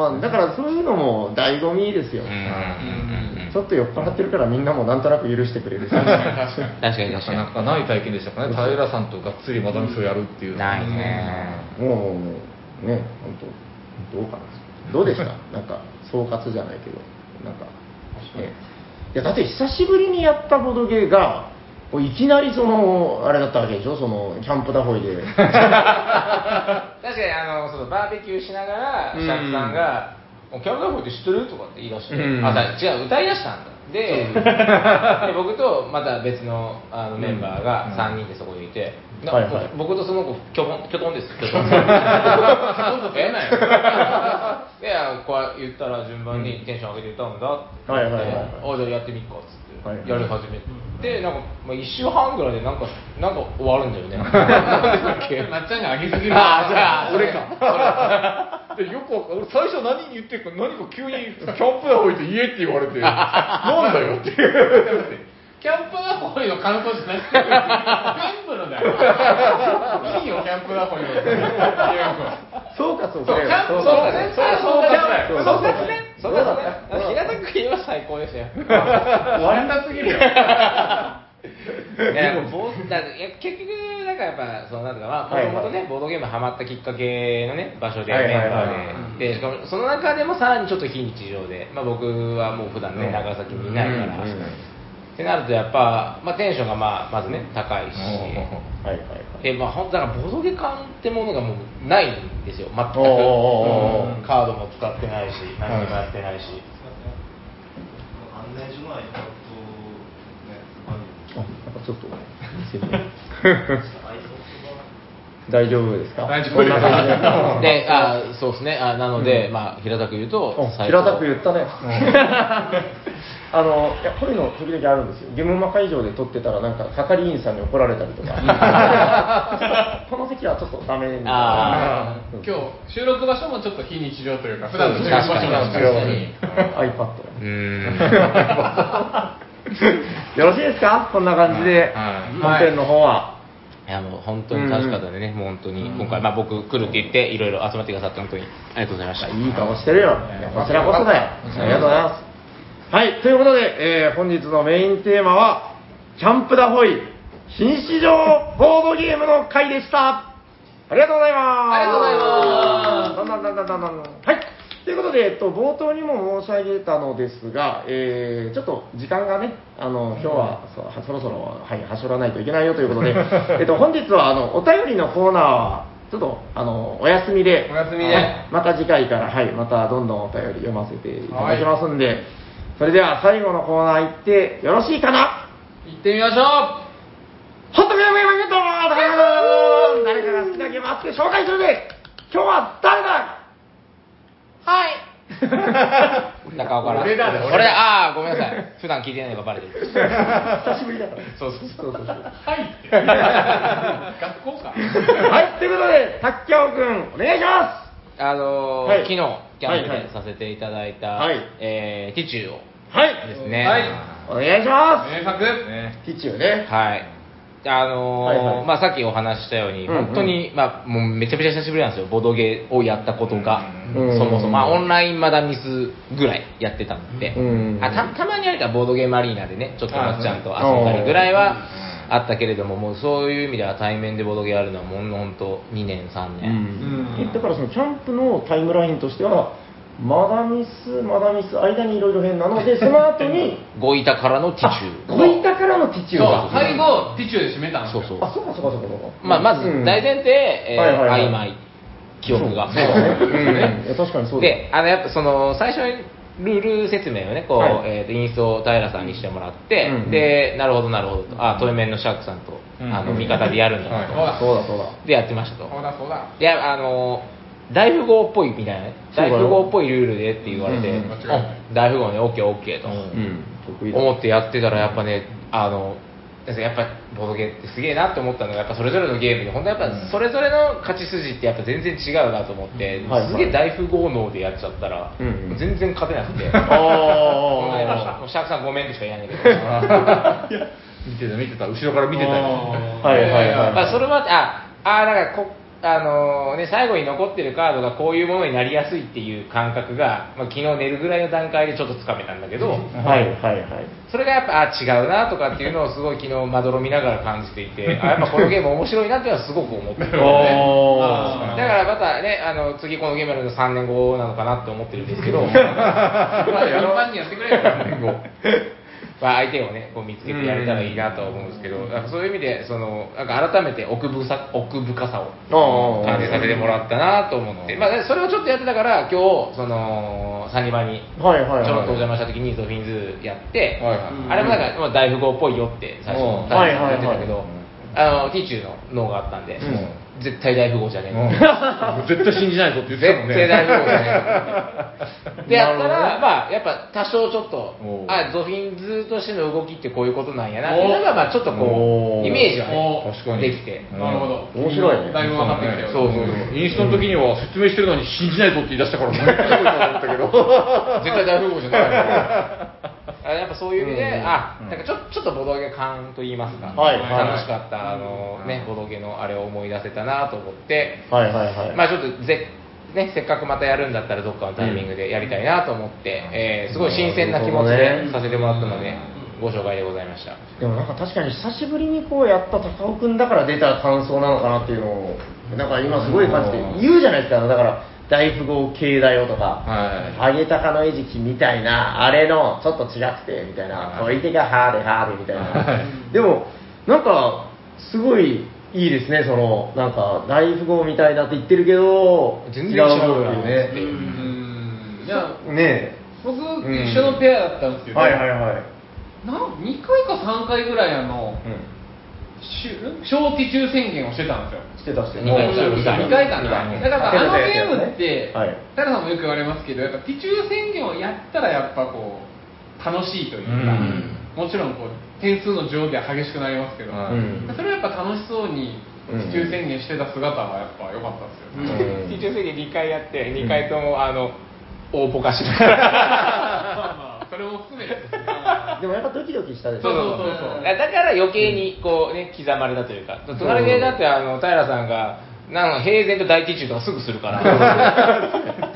Speaker 2: まあ、だからそういうのも醍醐味ですよ。ちょっと酔っ払ってるからみんなもなんとなく許してくれるし。
Speaker 6: 確かに
Speaker 4: な
Speaker 6: 確
Speaker 4: か
Speaker 6: かに
Speaker 4: なかない体験でしたからね平さんとがっつりマダミスをやるっていう
Speaker 6: ないね
Speaker 2: もう、もうもうね、本当どうかな。どうでしたなんか、総括じゃないけど、なんか、ね。いや、だって久しぶりにやったボドゲーが、こういきなりその、あれだったわけでしょその、キャンプダホイで。
Speaker 6: 確かにあのそのバーベキューしながらシャークさんが「おキャンプダフって知ってる?」とかって言い出して、
Speaker 2: うん
Speaker 6: あだ違う歌い出したんだでで僕とまた別のあのメンバーが3人でそこにいて、な
Speaker 2: はいはい
Speaker 6: 僕とその子きょとんきょとん ですきょとんきょとんとやないよ であのこう言ったら順番にテンション上げて歌うんだって
Speaker 2: はいはい
Speaker 6: 言っ
Speaker 2: は
Speaker 6: て
Speaker 2: いはい
Speaker 6: あじゃあやってみっかっつって、
Speaker 2: はいはい
Speaker 6: やり始めてなんか、まあ、1週半ぐらいでなんかなんか終わるんだよ ねなんだっけ
Speaker 1: なっちゃんが上げすぎる
Speaker 6: あじゃあそれか
Speaker 4: でよくわか俺最初何言ってるか何か急に「キャンプだ置いて言え」って言われて「なんだよ」って
Speaker 1: キャンプダホイの感想じゃなくて、全部のだ よ。いいよ、キャンプダホイの。いやいや
Speaker 2: 総括を
Speaker 1: そう、キャンプ、そう
Speaker 2: 総括
Speaker 1: だね。そう、そうだね。そうだね。
Speaker 6: そんなことない平田君は最高でしたよ。
Speaker 1: わんだすぎるよ。
Speaker 6: いやボーだいや結局、なんかやっぱ、そのなんとか、まあ、も
Speaker 2: はい
Speaker 6: ともとね、ボードゲームハマったきっかけのね、場所で、
Speaker 2: はい
Speaker 6: メ
Speaker 2: はいはい
Speaker 6: ンバーで、で、しかも、その中でもさらにちょっと非日常で、まあ、僕はもう普段ね、長崎にいないから、
Speaker 2: うんうん
Speaker 6: ってなると、やっぱ、まあ、テンションが、まあ、まずね、高いし、
Speaker 2: はいはいはい
Speaker 6: で、まあ、ほんだから、ボードゲ感ってものがもうないんですよ、全く。
Speaker 2: おーおーおー
Speaker 6: うんカードも使ってないし、何にもやってないし。
Speaker 9: 案内所の iPad をね、
Speaker 2: あなんかちょ っと
Speaker 9: あの iPod が。
Speaker 2: 大丈夫ですか
Speaker 1: 大丈夫
Speaker 2: こんな感じで
Speaker 6: で、あそうですね、あなので、まあ、平たく言うと
Speaker 2: お、
Speaker 6: 最
Speaker 2: 平
Speaker 6: 高
Speaker 2: たく言ったね あのいやこういうの時々あるんですよゲームマ会場で撮ってたらなんか係員さんに怒られたりとか この席はちょっとダメみたいな
Speaker 6: あ
Speaker 2: うん
Speaker 1: 今日、収録場所もちょっと非日常というか、普段の収録場所なんです
Speaker 6: 確か
Speaker 2: iPad
Speaker 6: に うーん。
Speaker 2: よろしいですかこんな感じで本編の方はい
Speaker 6: やもう本当に楽しかったんでね、もう本当に今回、まあ、僕来るって言っていろいろ集まってくださって本当にありがとうございました。
Speaker 2: いい顔してるよいやこちらこそだよありがとうございますはいということで、えー本日のメインテーマはキャンプダホイ品種上ボードゲームの会でしたありがとうございますありがとうございますだんだんだんだんだんだんはいということで、えっと、冒頭にも申し上げたのですが、えーちょっと時間がね、あの今日はそはそろそろ、はい、はしょらないといけないよということで、 えっと、本日はあのお便りのコーナーは、ちょっとあのお休みで、
Speaker 1: お休みで
Speaker 2: はいまた次回から、はい、またどんどんお便り読ませていただきますんで、それでは最後のコーナー行ってよろしいかな
Speaker 1: 行ってみましょう
Speaker 2: ホットゲームマーケット誰かが好きなゲームあって紹介するで今日は誰だ
Speaker 6: 中岡から。
Speaker 4: 俺らだ
Speaker 6: 俺だああ、ごめんなさ い。普段聞いてないのがバレてる。
Speaker 2: 久しぶりだから。そうそうそうそう。
Speaker 1: 学校か。
Speaker 2: はい、ということで、卓球くん、お願いしま
Speaker 6: あのー
Speaker 2: はい
Speaker 6: 昨日、キャンプ
Speaker 2: はいは
Speaker 6: で
Speaker 2: い
Speaker 6: させていただいた、
Speaker 2: はい
Speaker 6: えーティチューを
Speaker 2: す。はい、
Speaker 6: ですね。
Speaker 1: はい
Speaker 2: お願いしま
Speaker 1: 名作
Speaker 2: す。ピチューね。
Speaker 6: はい。あのー
Speaker 2: はいはい
Speaker 6: まあ、さっきお話ししたように、
Speaker 2: うんうん
Speaker 6: 本当に、まあ、もうめちゃめちゃ久しぶりなんですよ、ボドゲをやったことが、
Speaker 2: うん
Speaker 6: そもそも、まあ、オンラインまだミスぐらいやってたので、
Speaker 2: うん
Speaker 6: あたたまにあるからボードゲームアリーナでね、ちょっとまっちゃんと遊んだりぐらいはあったけれども、もうそういう意味では対面でボードゲームやるのは、もう本当、2年、3
Speaker 2: う
Speaker 6: 年、
Speaker 2: えだからそのキャンプのタイムラインとしては、マダミス、マダミス、間にいろいろ変なの で、その後に、
Speaker 6: ごいたからのティチュー。
Speaker 2: こういったからのティチュー
Speaker 1: そう、
Speaker 2: が。
Speaker 1: 最後、ティチューで締めたんです
Speaker 6: そう
Speaker 1: よ。
Speaker 6: そう
Speaker 2: あ、そうかそうかそうかそうか。
Speaker 6: まあ、まず
Speaker 2: うん
Speaker 6: 大前提、えー
Speaker 2: はいはいはい
Speaker 6: 曖昧、記憶が。
Speaker 2: そうだねうんいや確かにそうだ。
Speaker 6: で、あのやっぱその最初にルール説明をね、こう、
Speaker 2: はい
Speaker 6: えーとインストを平さんにしてもらって、
Speaker 2: うんうん
Speaker 6: で、なるほどなるほどと、あ、トイメンのシャークさんと、あの味方でやるんだなと、
Speaker 1: はい
Speaker 2: そうだそうだ。
Speaker 6: でやってましたと。
Speaker 1: そうだそうだ。
Speaker 6: いや、あの、大富豪っぽいみたいなね、
Speaker 2: そうだ
Speaker 6: 大
Speaker 2: よ
Speaker 6: 富豪っぽいルールでって言われて、
Speaker 2: うん
Speaker 1: 間違いない
Speaker 6: あ大富豪ね、オッケーオッケーと、
Speaker 2: うん、得意だ。
Speaker 6: 思ってやってたら、やっぱね、あの、やっぱボードゲームってすげえなって思ったのがやっぱそれぞれのゲームで本当やっぱそれぞれの勝ち筋ってやっぱ全然違うなと思って、
Speaker 2: うんはいはい
Speaker 6: すげえ大富豪能でやっちゃったら、
Speaker 2: うんうん
Speaker 6: 全然勝てなくてごめん
Speaker 2: あ
Speaker 6: もうシャークさんごめんとしか言えないけど
Speaker 4: 見てた見てた後ろから見てたよ
Speaker 2: あ。はいはいはい。
Speaker 6: まあそれはああだからこあのーね、最後に残ってるカードがこういうものになりやすいっていう感覚が、まあ、昨日寝るぐらいの段階でちょっとつかめたんだけど、
Speaker 2: はいはいはい。
Speaker 6: それがやっぱあ違うなとかっていうのをすごい昨日まどろみながら感じてい てあやっぱこのゲーム面白いなっていうのはすごく思ってるだか
Speaker 2: おー
Speaker 6: らまたねあの次このゲームやるの3年後なのかなって思ってるんですけどま
Speaker 1: まあ、
Speaker 6: あ
Speaker 1: 一般にやってくれよ。
Speaker 6: まあ相手をねこう見つけてやれたらいいなとは思うんですけどなんかそういう意味でそのなんか改めて奥深さ奥深さを
Speaker 2: おー
Speaker 6: 感じさせてもらったなと思って、まあ、それをちょっとやってたから今日そのサニバに
Speaker 2: はいはいはい。
Speaker 6: ちょろっとお邪魔した時にゾフィンズやって、
Speaker 4: はいはい
Speaker 6: あれもなんか、まあ、大富豪っぽいよって最初の大富豪言ってたけ
Speaker 2: は
Speaker 6: ど
Speaker 2: いはいはい、
Speaker 6: あの、ティーチューの脳があったんで、
Speaker 2: ん
Speaker 6: 絶対大富豪じゃねえ、
Speaker 4: 絶対信じないぞって言っ
Speaker 6: 絶
Speaker 4: てたもんね
Speaker 6: 対大富豪じゃねえで、やった
Speaker 2: なるほど
Speaker 6: ら、
Speaker 2: ね
Speaker 6: まあ、やっぱ多少ちょっと
Speaker 4: おう、
Speaker 6: あ、ゾフィンズとしての動きってこういうことなんやなっていうのが、まあ、ちょっと
Speaker 4: お
Speaker 6: こう、
Speaker 4: う
Speaker 6: イメージは
Speaker 1: お
Speaker 6: ね
Speaker 1: う
Speaker 4: 確かに
Speaker 6: できて。
Speaker 1: なるほど。
Speaker 2: 面白いね
Speaker 1: だいぶ分かってきたよ。
Speaker 6: そうそう
Speaker 4: インストの時には説明してるのに信じないぞって言い出したからものすごい なと思ったけど
Speaker 6: 絶対大富豪じゃないあやっぱそういう意味で、あなんかちょちょっとボドゲ感と言いますか、
Speaker 2: はいはい
Speaker 6: 楽しかったあの、ね、ボドゲのあれを思い出せたなと思って、
Speaker 2: はいはいはい。
Speaker 6: まあちょっとぜね、せっかくまたやるんだったらどっかのタイミングでやりたいなと思って、
Speaker 9: うん
Speaker 6: えーすごい新鮮な気持ちでさせてもらったので、ご紹介でございました。
Speaker 2: でもなんか確かに久しぶりにこうやった高尾くんだから出た感想なのかなっていうのをなんか今すごい感じて言うじゃないですかあのだから大富豪系だよとか、
Speaker 6: は
Speaker 2: ハゲタカの餌食みたいなあれのちょっと違くてみたいな、
Speaker 6: はい
Speaker 2: 小池がハーデハーデみたいな、
Speaker 6: は
Speaker 2: でもなんかすごいいいですねそのなんか大富豪みたいだって言ってるけど
Speaker 6: 全然違う
Speaker 2: うっていうね
Speaker 1: うんいや
Speaker 2: ね
Speaker 1: 僕一緒のペアだったんです
Speaker 2: え
Speaker 1: けど、
Speaker 2: はいはいはい、
Speaker 1: なん2回か3回ぐらいあのしゅ小期中宣言をしてたんですよ
Speaker 2: してたしてた
Speaker 6: 二回してる
Speaker 1: 2回かな、
Speaker 6: うん
Speaker 1: だからあの
Speaker 2: やって
Speaker 1: ゲ
Speaker 2: たやつ
Speaker 1: ームって、
Speaker 2: はい
Speaker 1: タラさんもよく言われますけどやっぱ期中宣言をやったらやっぱこう楽しいというか、
Speaker 6: うん
Speaker 1: もちろんこう点数の上下は激しくなりますけど、
Speaker 6: は
Speaker 2: うん
Speaker 1: それはやっぱ楽しそうに期中宣言してた姿はやっぱ良かったですよ、ね
Speaker 6: ティーチャー制限2回やって、2回とも、あの、大ポカしなが ら。
Speaker 1: まあまあそれも含めてですね
Speaker 2: でもやっぱドキドキしたでし
Speaker 1: そうそう
Speaker 2: ょ
Speaker 1: そうそう
Speaker 6: だから余計にこうね、刻まれたというか、隣でだってあの平さんが、なんか平然と大吉中とかすぐするから、
Speaker 2: で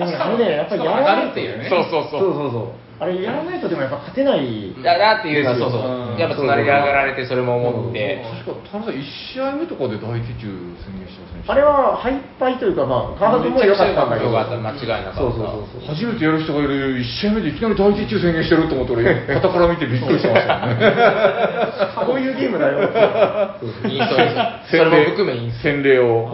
Speaker 2: もねあれねやっぱりやらないと
Speaker 1: ね
Speaker 6: そうそう
Speaker 2: そ
Speaker 6: そうう。
Speaker 2: そうそうあれやらないとでもやっぱ勝てない
Speaker 6: だなっていうのは、そうそう
Speaker 1: うん、
Speaker 6: やっぱ隣で上がられて、それも思って、
Speaker 10: 確か田中さん1試合目とかで第一中宣言してませんでした
Speaker 2: あれはハイパイというかまあ川端君も良かったんだけど
Speaker 6: よかった、間違いなかった。
Speaker 2: そうそうそうそう
Speaker 10: 初めてやる人がいる1試合目でいきなり第一中宣言してると思って俺傍から見てびっくりしましたよね
Speaker 2: こういうゲームだよ
Speaker 6: インストレーション それも含めインスト
Speaker 10: 洗礼を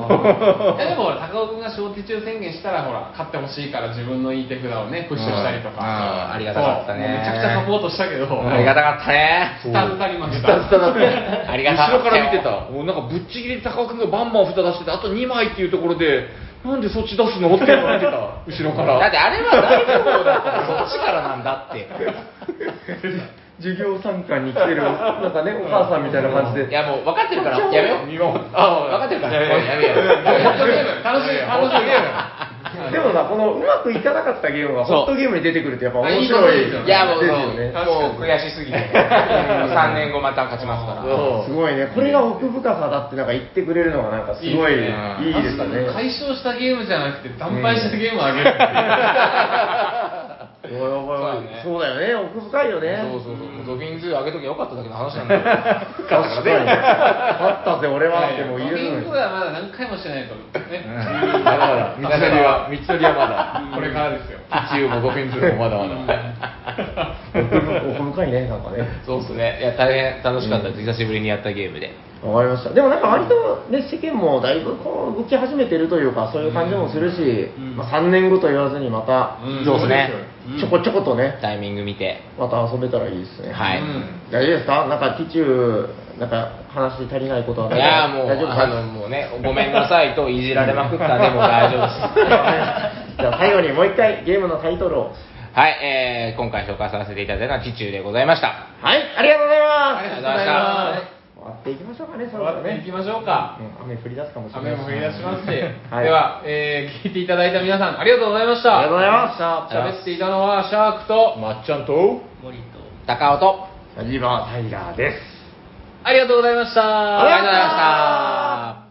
Speaker 1: いやでもほら高尾君が小期中宣言したらほら勝ってほしいから自分のいい手札をねプッシュしたりと
Speaker 6: あ
Speaker 1: か
Speaker 6: ーありがたかった
Speaker 1: そう
Speaker 6: ね
Speaker 1: もうめちゃくちゃサポートしたけど
Speaker 6: ありがたかったね。
Speaker 1: スタスタに負けた
Speaker 6: ありがたか
Speaker 10: 後
Speaker 6: っ
Speaker 10: ろか
Speaker 6: たよ
Speaker 10: ら見てたもうなんかぶっちぎりで高尾君がバンバン蓋出しててあと2枚っていうところでなんでそっち出すのって言われてた後ろか
Speaker 6: だっ
Speaker 10: ら
Speaker 6: てあれは大富豪だから、そっちからなんだって。
Speaker 2: 授業参観に来てるなんかねお母さんみたいな感じ
Speaker 6: い
Speaker 2: で
Speaker 6: やもう分かってる から、やめよう。
Speaker 10: 見よう
Speaker 6: あ分かってるから、やめよう。
Speaker 1: 楽しい楽しい
Speaker 2: でもさこのうまくいかなかったゲームが
Speaker 6: そう
Speaker 2: ホットゲームに出てくるってやっぱ面
Speaker 1: あ
Speaker 2: 白
Speaker 1: いいで
Speaker 2: い
Speaker 1: すよね
Speaker 6: いやもう、
Speaker 2: です
Speaker 6: も
Speaker 2: よ
Speaker 6: う
Speaker 2: ね
Speaker 6: もう悔しすぎて、3年後また勝ちますから。
Speaker 2: すごいねこれが奥深さだってなんか言ってくれるのがなんかすごいいいですね
Speaker 1: 解消したゲームじゃなくて惨敗したゲームをあげるっていう
Speaker 2: おいおいおいそうだよね奥深いよね
Speaker 6: そうそうそう、もうドビンズ上げときゃよかっただけの話なんだ よ。
Speaker 2: 確かに勝ったぜ俺はってもう言え
Speaker 1: ド
Speaker 2: る
Speaker 1: ビン
Speaker 2: の
Speaker 1: グ
Speaker 2: に
Speaker 1: はまだ何回もしてないとね
Speaker 10: まだまだ道のりは道のりはまだ
Speaker 1: これからですよ
Speaker 10: 一応もドフェンズもまだまだ
Speaker 2: 奥深いねなんかね
Speaker 6: そうですね。いや、大変楽しかったです。久しぶりにやったゲームで。
Speaker 2: わかりました。でもなんか割とね、世間もだいぶこう動き始めてるというか、そういう感じもするし、まあ、3年後と言わずにまた、
Speaker 1: うん
Speaker 6: そうですね。
Speaker 2: ちょこちょことね、
Speaker 6: タイミング見て。
Speaker 2: また遊べたらいいですね。
Speaker 6: はい。
Speaker 2: 大丈夫ですかなんか、ティチュー、なんか話足りないことはないい
Speaker 6: やーもう、
Speaker 2: 大丈夫
Speaker 6: あの、もうね、ごめんなさいといじられまくったんで、もう大 丈 夫です。
Speaker 2: じゃあ最後にもう一回ゲームのタイトルを。
Speaker 6: はい、えー、今回紹介させていただいたのは、チチューでございました。
Speaker 2: はい、ありがとうございます
Speaker 6: ありがとうございました
Speaker 1: あ
Speaker 2: 終わっていきましょうかね、そ
Speaker 1: り
Speaker 2: ろ
Speaker 1: がと
Speaker 2: そ
Speaker 1: うございます終わっていき。
Speaker 2: ろね
Speaker 1: ましょうか
Speaker 2: うん雨降り出すかもしれない。
Speaker 1: 雨も降り出しますし、
Speaker 2: はい
Speaker 1: では、えー聞いていただいた皆さんありがとうございました
Speaker 2: ありがとうございま
Speaker 1: 喋っ
Speaker 2: した。
Speaker 1: ていたのはシャークと
Speaker 10: まっちゃんと
Speaker 3: 森と
Speaker 6: 高尾と、
Speaker 2: リバータイガーです。
Speaker 1: ありがとうございました
Speaker 6: ありがとうございました。